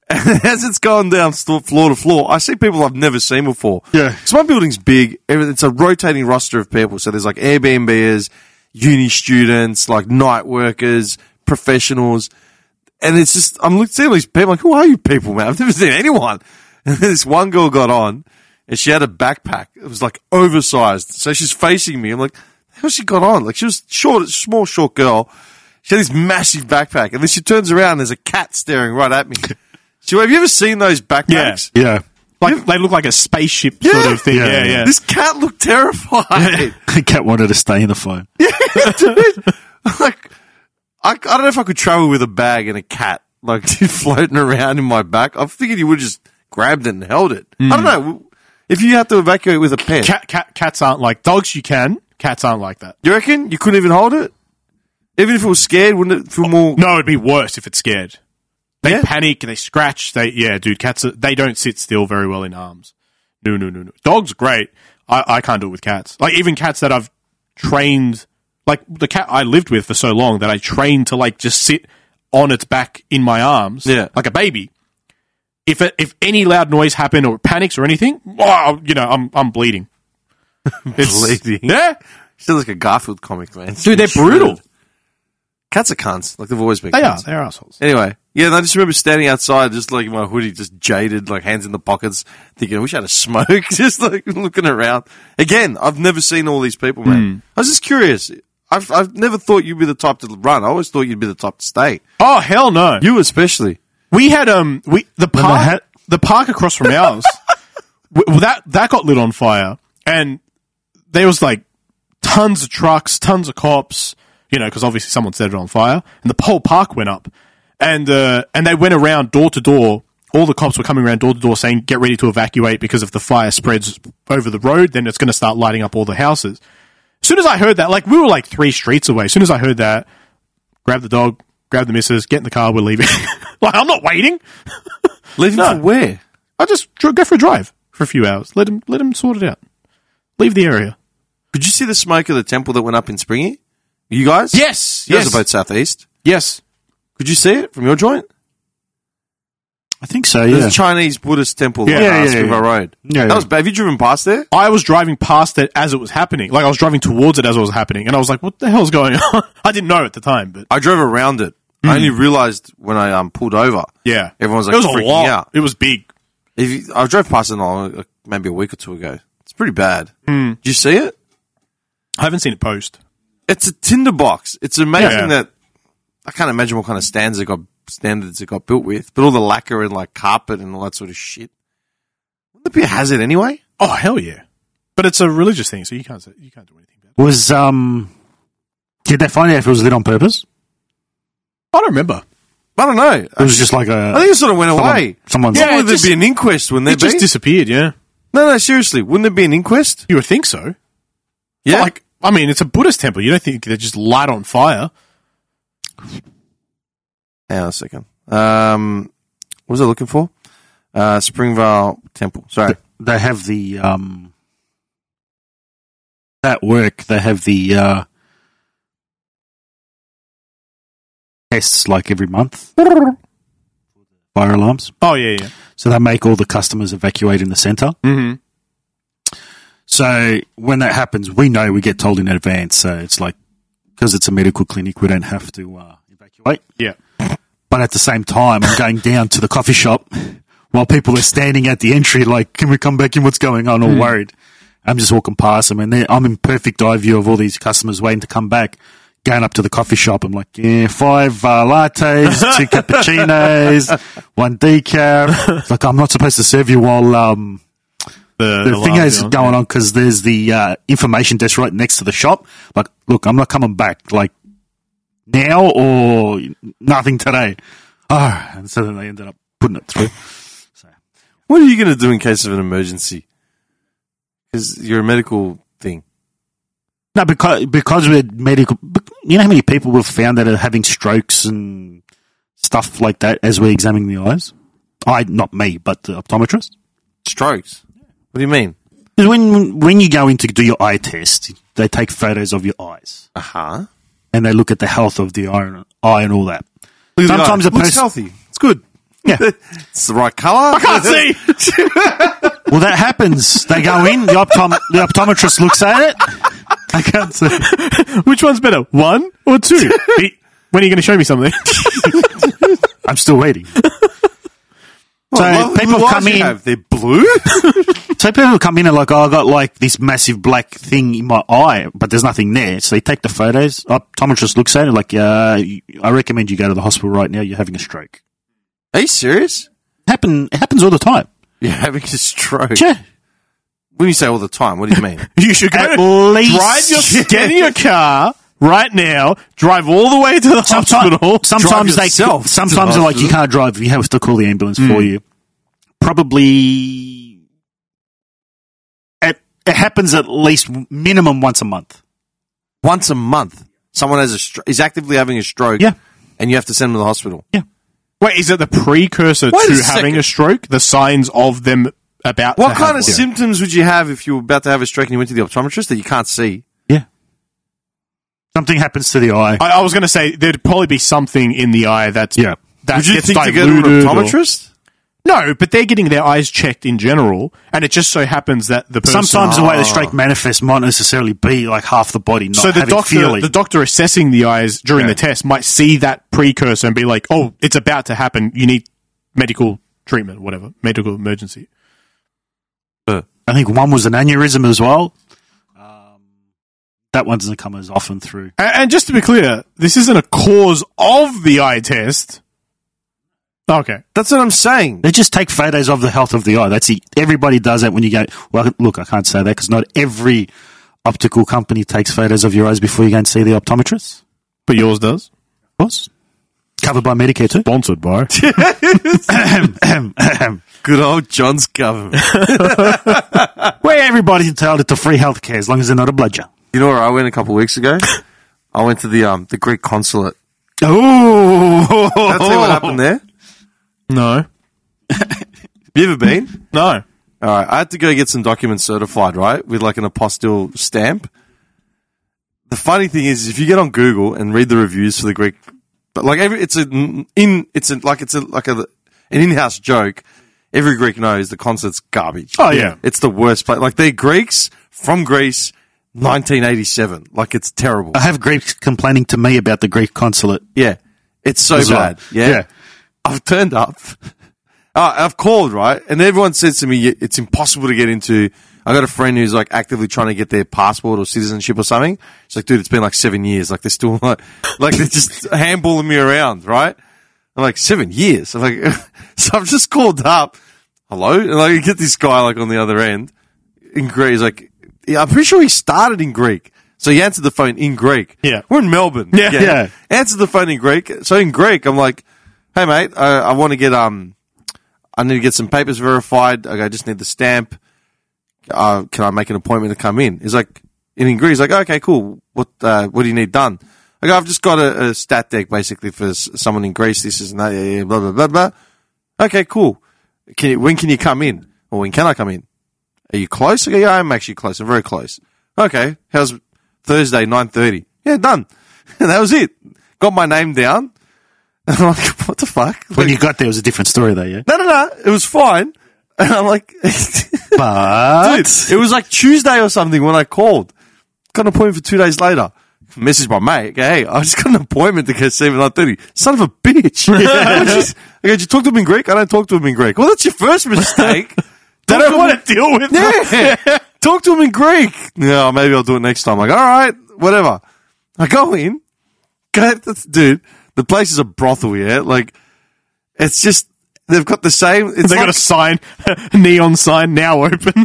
S1: and as it's going down st- floor to floor, I see people I've never seen before.
S2: Yeah.
S1: So my building's big. Every- It's a rotating roster of people. So there's like Airbnbers, uni students, like night workers, professionals. And it's just, I'm looking at all these people, like, who are you people, man? I've never seen anyone. And this one girl got on and she had a backpack. It was like oversized. So she's facing me. I'm like, how's she got on? Like, she was short, small, short girl. She had this massive backpack. And then she turns around and there's a cat staring right at me. So have you ever seen those backpacks?
S3: Yeah.
S2: like they look like a spaceship sort of thing. Yeah,
S3: Yeah,
S2: yeah.
S3: yeah.
S1: This cat looked terrified.
S3: Cat wanted to stay in the phone.
S1: like, I, I don't know if I could travel with a bag and a cat, like, floating around in my back. I'm thinking you would just grabbed it and held it. I don't know. If you had to evacuate with a pet,
S2: Hmm. Cat, cat, cats aren't like dogs. You can. Cats aren't like that.
S1: you reckon you couldn't even hold it? Even if it was scared, wouldn't it feel more?
S2: No, it'd be worse if it's scared. They
S1: Yeah.
S2: panic. They scratch. They yeah, dude. Cats are, they don't sit still very well in arms. No, no, no, no. Dogs great. I, I can't do it with cats. Like even cats that I've trained, like the cat I lived with for so long that I trained to like just sit on its back in my arms,
S1: Yeah.
S2: like a baby. If it, if any loud noise happened or it panics or anything, wow, you know, I'm I'm bleeding. It's,
S1: Bleeding.
S2: Yeah,
S1: Still like a Garfield comic, man.
S2: Oh. dude, they're brutal.
S1: Cats are cunts. Like they've always been.
S2: They are.
S1: cunts.
S2: They're assholes.
S1: Anyway, yeah, and I just remember standing outside, just like in my hoodie, just jaded, like hands in the pockets, thinking, I wish I had a smoke, just like looking around. Again, I've never seen all these people, man. I was just curious. I've, I've never thought you'd be the type to run. I always thought you'd be the type to stay.
S2: Oh hell no.
S1: You especially.
S2: We had um we the park
S3: had-
S2: the park across from ours w- w- that that got lit on fire and there was like tons of trucks, tons of cops, you know, because obviously someone set it on fire and the whole park went up and uh, and they went around door to door. All the cops were coming around door to door saying, "Get ready to evacuate because if the fire spreads over the road, then it's going to start lighting up all the houses." As soon as I heard that, like we were like three streets away. As soon as I heard that, grab the dog, grab the missus, get in the car, we're leaving. like I'm not waiting.
S1: Leaving
S2: No.
S1: for where?
S2: I just dr- go for a drive for a few hours. Let him let him sort it out. Leave the area.
S1: Could you see the smoke of the temple that went up in Springy? You guys?
S2: Yes,
S1: You guys are both southeast.
S2: yes.
S1: Could you see it from your joint?
S3: I think so.
S1: There's
S3: Yeah.
S1: a Chinese Buddhist temple
S2: Yeah.
S1: on
S3: Yeah,
S1: uh,
S3: yeah, yeah.
S1: Scarborough Road.
S3: Yeah,
S1: that
S3: yeah.
S1: was bad. Have you driven past there?
S2: I was driving past it as it was happening. Like I was driving towards it as it was happening, and I was like, "What the hell's going on?" I didn't know at the time, but
S1: I drove around it. I only realized when I um, pulled over.
S2: yeah,
S1: Everyone was, like,
S2: it was a
S1: freaking
S2: lot.
S1: out.
S2: It was big.
S1: If you, I drove past it on, uh, maybe a week or two ago. It's pretty bad. Did you see it?
S2: I haven't seen it post.
S1: It's a tinderbox. It's amazing
S2: Yeah.
S1: that I can't imagine what kind of standards it got standards it got built with, but all the lacquer and like carpet and all that sort of shit. Wouldn't it be a hazard anyway?
S2: Oh hell yeah! But it's a religious thing, so you can't say- you can't do anything about it.
S3: Was um, did they find out if it was lit on purpose?
S2: I don't remember.
S1: I don't know.
S3: It was just like a.
S1: I think it sort of went
S3: someone,
S1: away.
S3: Someone's
S2: Yeah,
S1: Wouldn't
S2: it
S1: there
S2: just-
S1: be an inquest? Wouldn't there
S2: It
S1: be?
S2: just disappeared. Yeah,
S1: no, no, seriously. Wouldn't there be an inquest?
S2: you would think so.
S1: Yeah.
S2: Like I mean, it's a Buddhist temple. You don't think they just light on fire?
S1: Hang on a second. Um, what was I looking for? Uh, Springvale Temple. Sorry.
S3: they have the um at work they have the uh tests like every month fire alarms
S2: Oh yeah, yeah.
S3: so they make all the customers evacuate in the center
S2: Mm-hmm.
S3: so when that happens we know we get told in advance so it's like because it's a medical clinic we don't have to uh, evacuate
S2: Yeah.
S3: but at the same time i'm going down to the coffee shop while people are standing at the entry like can we come back in what's going on all worried i'm just walking past them and they're- i'm in perfect eye view of all these customers waiting to come back going up to the coffee shop i'm like yeah five uh, lattes two cappuccinos one decaf It's like i'm not supposed to serve you while um,
S2: The,
S3: the thing
S2: alarm's
S3: is
S2: on.
S3: going on because there's the uh, information desk right next to the shop like look i'm not coming back like now or nothing today oh and so then they ended up putting it through
S1: What are you going to do in case of an emergency? Because you're a medical thing.
S3: No, because because we're medical. bec- You know how many people we've found that are having strokes and stuff like that as we're examining the eyes. I not me, but the optometrist.
S1: Strokes. What do you mean?
S3: 'Cause when when you go in to do your eye test, they take photos of your eyes
S1: Uh huh.
S3: and they look at the health of the eye and, eye and all that. Sometimes a
S1: it looks
S3: person-
S1: healthy. It's good.
S3: Yeah.
S1: It's the right color. I
S2: Can't Ah, see.
S3: well, that happens. They go in. The optom the optometrist looks at it. I can't see.
S2: Which one's better, one or two? He- when are you going to show me something?
S3: I'm still waiting. So people come in.
S1: They're blue.
S3: So people come in and like, oh, I got like this massive black thing in my eye, but there's nothing there. So they take the photos. Optometrist looks at it like, uh, you- I recommend you go to the hospital right now. You're having a stroke.
S1: Are you serious?
S3: Happen it happens all the time.
S1: You're having a stroke.
S3: Yeah,
S1: When you say all the time, what do you mean?
S2: you should go
S3: at
S2: to-
S3: least
S2: Eh? drive your get in your car right now. Drive all the way to the hospital.
S3: sometimes, sometimes
S1: Drive
S3: they
S1: yourself to
S3: sometimes
S1: the
S3: they're like, you
S1: hospital.
S3: can't drive. You have to call the ambulance
S2: Hmm.
S3: for you. Probably it, it happens at least minimum once a month.
S1: Once a month, someone has a stro- is actively having a stroke.
S3: Yeah.
S1: And you have to send them to the hospital.
S3: Yeah.
S2: Wait, is it the precursor
S1: Wait
S2: to
S1: a
S2: having
S1: second.
S2: a stroke? The signs of them about
S1: What
S2: to have
S1: kind
S2: one?
S1: of symptoms would you have if you were about to have a stroke and you went to the optometrist that you can't see?
S3: Yeah. Something happens to the eye.
S2: I, I was going to say there'd probably be something in the eye that's
S3: Yeah.
S2: That
S1: Would you
S2: gets
S1: think to go to an
S2: diluted or-
S1: optometrist?
S2: no, but they're getting their eyes checked in general, and it just so happens that the person ah.
S3: Sometimes the way the stroke manifests might not necessarily be like half the body not
S2: so the
S3: having
S2: doctor
S3: feeling.
S2: the doctor assessing the eyes during the test might see that precursor and be like, "Oh, it's about to happen. You need medical treatment, whatever, medical emergency."
S3: I think one was an aneurysm as well. Um, that one doesn't come as often through.
S2: And, and just to be clear, this isn't a cause of the eye test. Okay.
S1: That's what I'm saying.
S3: They just take photos of the health of the eye. That's it. Everybody does that when you go. Well, look, I can't say that because not every optical company takes photos of your eyes before you go and see the optometrist.
S2: But yours does.
S3: Of course, covered by Medicare too.
S2: Sponsored by.
S1: Good old John's government.
S3: Where everybody's entitled to free healthcare as long as they're not a bludger.
S1: you know where I went a couple of weeks ago? I went to the um the Greek consulate.
S3: Oh,
S1: That's what happened there.
S2: No.
S1: You ever been?
S2: No.
S1: All right, I had to go get some documents certified, right, with like an apostille stamp. The funny thing is, if you get on Google and read the reviews for the Greek, but like every, it's a in, it's a, like it's a like a an in-house joke. Every Greek knows the concert's garbage.
S2: Oh, yeah.
S1: it's the worst place. Like they're Greeks from Greece, 1987. Like it's terrible.
S3: I have Greeks complaining to me about the Greek consulate.
S1: Yeah, it's so
S3: as well.
S1: bad. yeah, I've turned up. Uh, I've called, right? And everyone says to me, it's impossible to get into. I got a friend who's like actively trying to get their passport or citizenship or something. It's like, dude, it's been like seven years. Like they're still like, like they're just handballing me around, right? I'm like, seven years. I'm like, so I've just called up. Hello? And like, you get this guy like on the other end in Greek. He's like, yeah, I'm pretty sure he started in Greek. So he answered the phone in Greek.
S2: Yeah.
S1: We're in Melbourne.
S2: Yeah.
S3: Yeah.
S1: Answered the phone in Greek. So in Greek, I'm like, hey mate, I, I want to get, um, I need to get some papers verified. Okay, I just need the stamp. Uh, can I make an appointment to come in? He's like, and in Greece, he's like, okay, cool. What, uh, what do you need done? I go, I've just got a, a stat deck basically for s- someone in Greece. This is, yeah, yeah, blah, blah, blah, blah. Okay, cool. Can you, when can you come in? Or when can I come in? Are you close? I go, yeah, I'm actually close. I'm very close. Okay. How's Thursday, 9.30? Yeah, done. And that was it. Got my name down. And I'm like, what the fuck?
S3: When you got there, it was a different story, though, yeah.
S1: no, no, no, it was fine. And I'm like, dude,
S3: But
S1: it was like Tuesday or something when I called. Got an appointment for two days later. Message my mate. go, hey, I just got an appointment to go see him at 9.30. Son of a bitch. I go, did you talk to him in Greek? I don't talk to him in Greek. Well, that's your first mistake.
S2: They don't want to deal with that.
S1: Yeah. Talk to him in Greek. No, maybe I'll do it next time. Like, all right, whatever. I go in. Go, that's- dude, the place is a brothel, yeah? Like, it's just, they've got the same. It's
S2: They
S1: like,
S2: got a sign, neon sign now open.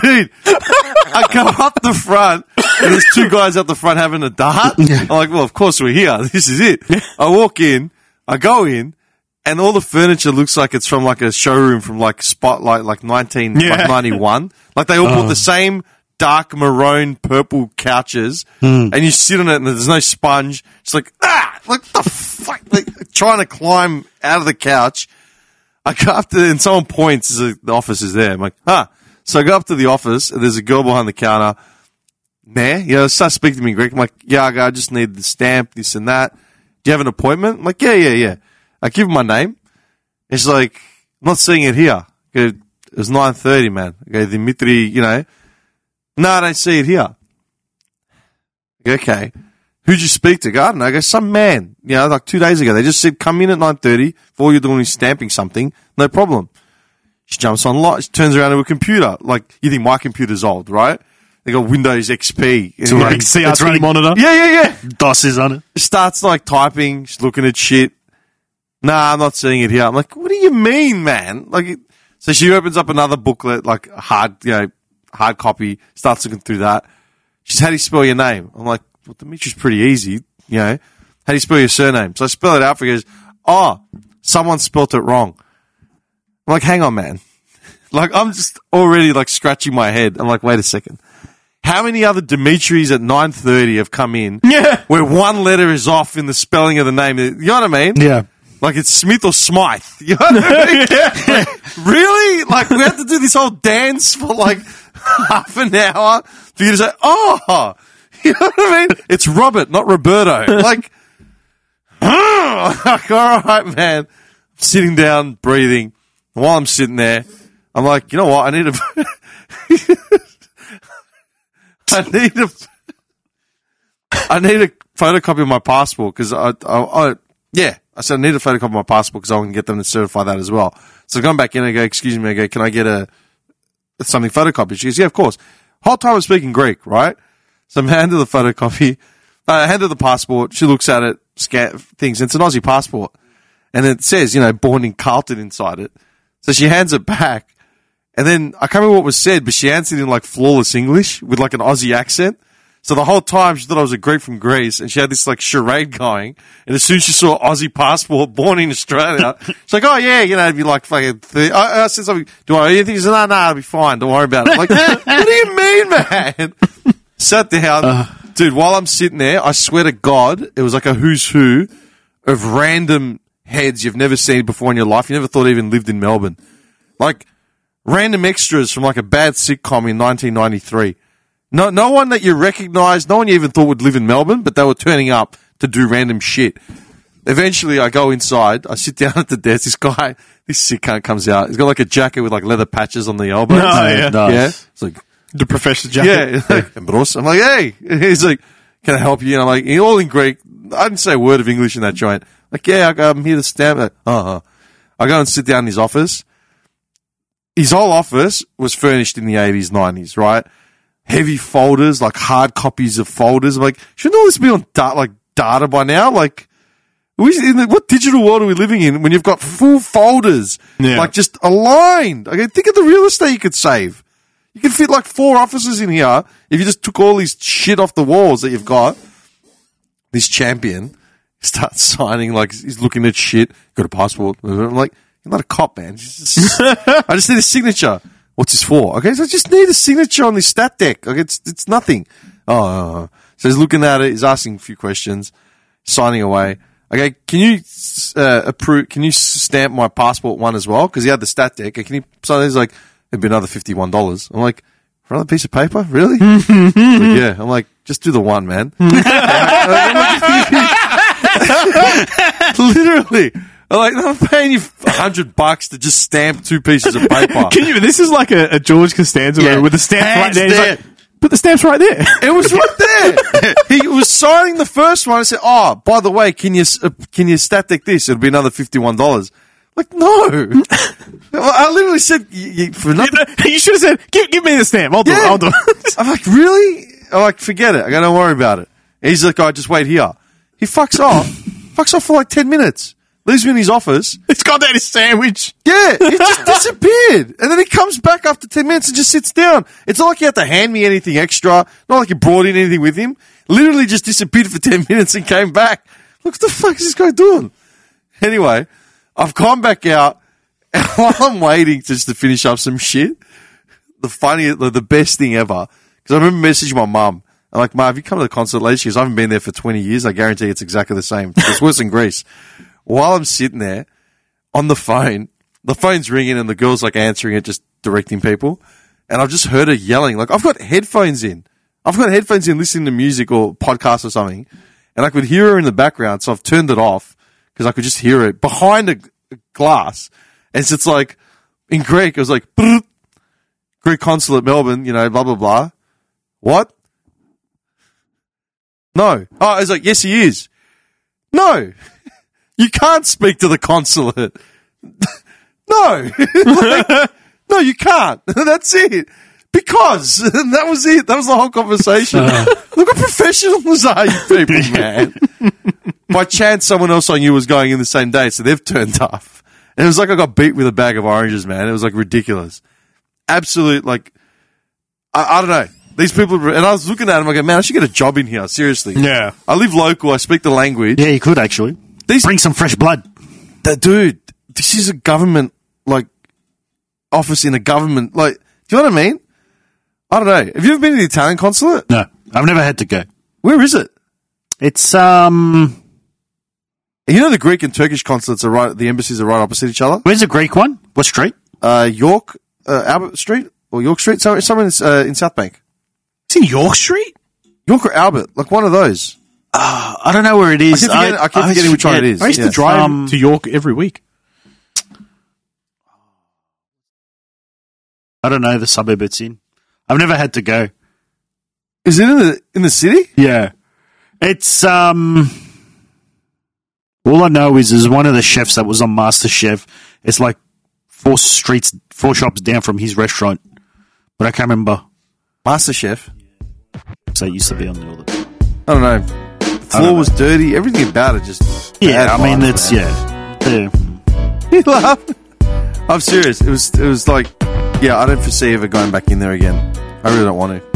S1: dude, I go up the front and there's two guys up the front having a dart. I'm like, well, of course we're here. This is it. I walk in, I go in, and all the furniture looks like it's from like a showroom from like Spotlight, like 19,
S2: Yeah.
S1: like 91. Like they all bought the same dark maroon purple couches and you sit on it and there's no sponge. It's like, ah, like the fuck, like trying to climb out of the couch. I go up to, and someone points, there's a- the office is there. I'm like, huh. So I go up to the office, and there's a girl behind the counter. Nah, you know, starts speaking to me in Greek. I'm like, yeah, I go, I just need the stamp, this and that. Do you have an appointment? I'm like, yeah, yeah, yeah. I give her my name. And she's like, I'm not seeing it here. I go, it was 9.30, man. I go, Dimitri, you know. No, I don't see it here. I go, okay. Who'd you speak to? I go, I don't know. I go, some man. You know, like two days ago. They just said, come in at 9.30. If all you're doing is stamping something, no problem. She jumps on lot. She turns around to a computer. Like, you think my computer's old, right? They got Windows XP. And,
S3: running-
S2: Big CRT
S3: it's running-
S2: monitor.
S1: yeah, yeah, yeah
S3: DOS is on it.
S1: starts like typing, she's looking at shit. Nah, I'm not seeing it here. I'm like, what do you mean, man? Like, it- so she opens up another booklet, like hard, you know, hard copy. Starts looking through that. She's how do you spell your name? I'm like, well, Dimitri's pretty easy, you know. How do you spell your surname? So I spell it out for you. Goes, oh, someone spelt it wrong. I'm like, hang on, man. Like, I'm just already like scratching my head. I'm like, wait a second. How many other Dimitris at 9.30 have come in
S2: Yeah.
S1: where one letter is off in the spelling of the name? You know what I mean?
S3: Yeah.
S1: Like it's Smith or Smythe. You know what I mean? Like, really? Like we have to do this whole dance for like half an hour for you to say, oh, you know what I mean? It's Robert, not Roberto. Like, like, all right, man. I'm sitting down, breathing. And while I'm sitting there, I'm like, you know what? I need a, I need a, I need a photocopy of my passport because I, I, I, yeah, I said I need a photocopy of my passport because I can get them to certify that as well. So I've gone back in and I go, excuse me, I go, can I get a something photocopied? She goes, yeah, of course. Whole time I'm speaking Greek, right? So I'm handed the photocopy, uh, handed the passport. She looks at it, scan things. It's an Aussie passport, and it says, you know, born in Carlton inside it. So she hands it back, and then I can't remember what was said, but she answered in like flawless English with like an Aussie accent. So the whole time she thought I was a Greek from Greece, and she had this like charade going. And as soon as she saw Aussie passport, born in Australia, she's like, "Oh yeah, you know, it'd be like fucking." Th- I, I said something. Do I? owe you anything?" She said, "No, no, it'll be fine. Don't worry about it." I'm like, what do you mean, man? Sat down,
S2: Uh-huh.
S1: dude. While I'm sitting there, I swear to God, it was like a who's who of random heads you've never seen before in your life. You never thought even lived in Melbourne, like random extras from like a bad sitcom in 1993. No, no one that you recognise, no one you even thought would live in Melbourne, but they were turning up to do random shit. Eventually, I go inside. I sit down at the desk. This guy, this sick cunt comes out. He's got like a jacket with like leather patches on the elbows.
S2: Oh, yeah.
S3: Nice.
S1: yeah. It's like,
S2: The professor jacket.
S1: yeah. Like, and Bruce, I'm like, hey. He's like, can I help you? And I'm like, in- all in Greek. I didn't say a word of English in that joint. Like, yeah, I- I'm here to stamp. Like, uh-huh. I go and sit down in his office. His whole office was furnished in the 80s, 90s, right? Heavy folders, like hard copies of folders. I'm like, shouldn't all this be on da- like data by now? Like, we, in the, what digital world are we living in when you've got full folders,
S2: Yeah.
S1: like just aligned? I go, think of the real estate you could save. You could fit like four offices in here if you just took all these shit off the walls that you've got. This champion starts signing, like he's looking at shit. Got a passport. I'm like, you're not a cop, man. Just- I just need a signature. What's this for? Okay, so I just need a signature on this stat deck. Like it's it's nothing. Oh, so he's looking at it. He's asking a few questions, signing away. Okay, can you uh, approve? Can you stamp my passport one as well? Because he had the stat deck. Can you? So he's like, it'd be another fifty-one dollars. I'm like, for another piece of paper, really? He's like, yeah. I'm like, just do the one, man. Literally. I'm like, I'm paying you hundred bucks to just stamp two pieces of paper.
S2: Can you? This is like a, a George Costanza
S3: Yeah.
S2: with the stamp right
S3: Hands
S2: there. He's
S3: there.
S2: like, but the stamp's right there.
S1: It was right there. he was signing the first one. I said, "Oh, by the way, can you uh, can you stat deck this? It'll be another fifty-one dollars." Like, no. I literally said "Y- y- for nothing.
S2: you should have said, give, give me the stamp. I'll do it.
S1: Yeah.
S2: I'll do it.
S1: I'm like, really? I'm like, forget it. I go, don't worry about it. And he's like, I just wait here. He fucks off. fucks off for like ten minutes. Leaves me in his office.
S2: it's got that sandwich.
S1: Yeah, he just disappeared. And then he comes back after 10 minutes and just sits down. It's not like he had to hand me anything extra. Not like he brought in anything with him. Literally just disappeared for 10 minutes and came back. Look, what the fuck is this guy doing? Anyway, I've gone back out and while I'm waiting just to finish up some shit, the funniest, the, the best thing ever, because I remember messaging my mum. I'm like, Ma, have you come to the concert lately? She goes, I haven't been there for 20 years. I guarantee it's exactly the same. It's worse than Greece. While I'm sitting there, on the phone. The phone's ringing and the girl's like answering it, just directing people. And I've just heard her yelling, like, I've got headphones in. I've got headphones in listening to music or podcasts or something. And I could hear her in the background. So I've turned it off because I could just hear it behind a g- glass. And so it's like, in Greek, it was like, "Brrrt. Greek consulate Melbourne, you know, blah, blah, blah. What? No. Oh, I was like, yes, he is. No. You can't speak to the consulate. no. Like, no, you can't. That's it. Because and that was it. That was the whole conversation. Look at professionals are you people, man. By chance someone else I knew was going in the same day, so they've turned off. And it was like I got beat with a bag of oranges, man. It was like ridiculous. Absolute like I, I don't know. These people and I was looking at them, I go, man, I should get a job in here, seriously.
S2: Yeah.
S1: I live local, I speak the language.
S3: Yeah, you could actually.
S1: These
S3: Bring some fresh blood.
S1: that dude, this is a government like office in a government. Like, do you know what I mean? I don't know. Have you ever been to the Italian consulate?
S3: No, I've never had to go.
S1: Where is it?
S3: It's um
S1: You know the Greek and Turkish consulates are right. The embassies are right opposite each other.
S3: Where's the Greek one? What street?
S1: Uh, York uh, Albert Street or York Street. So somewhere in, uh, in South Bank.
S3: It's in York Street.
S1: York or Albert, like one of those.
S3: I don't know where it is.
S1: keep forgetting- I keep
S3: always
S1: forgetting which one
S3: forget.
S1: it is.
S2: I used
S1: Yeah.
S2: to drive
S3: Um,
S2: to York every week.
S3: I don't know the suburb it's in. I've never had to go.
S1: Is it in the in the city?
S3: Yeah. It's um all I know is is one of the chefs that was on Master Chef. It's like four streets four shops down from his restaurant. But I can't remember.
S1: Master Chef.
S3: So it used to be on the all the time.
S1: I don't know. The floor was dirty. Everything about it just.
S3: Yeah,
S1: bad
S3: I mean
S1: vibes,
S3: it's
S1: man.
S3: yeah. Yeah.
S1: He laughed. I'm serious. It was it was like, yeah. I don't foresee ever going back in there again. I really don't want to.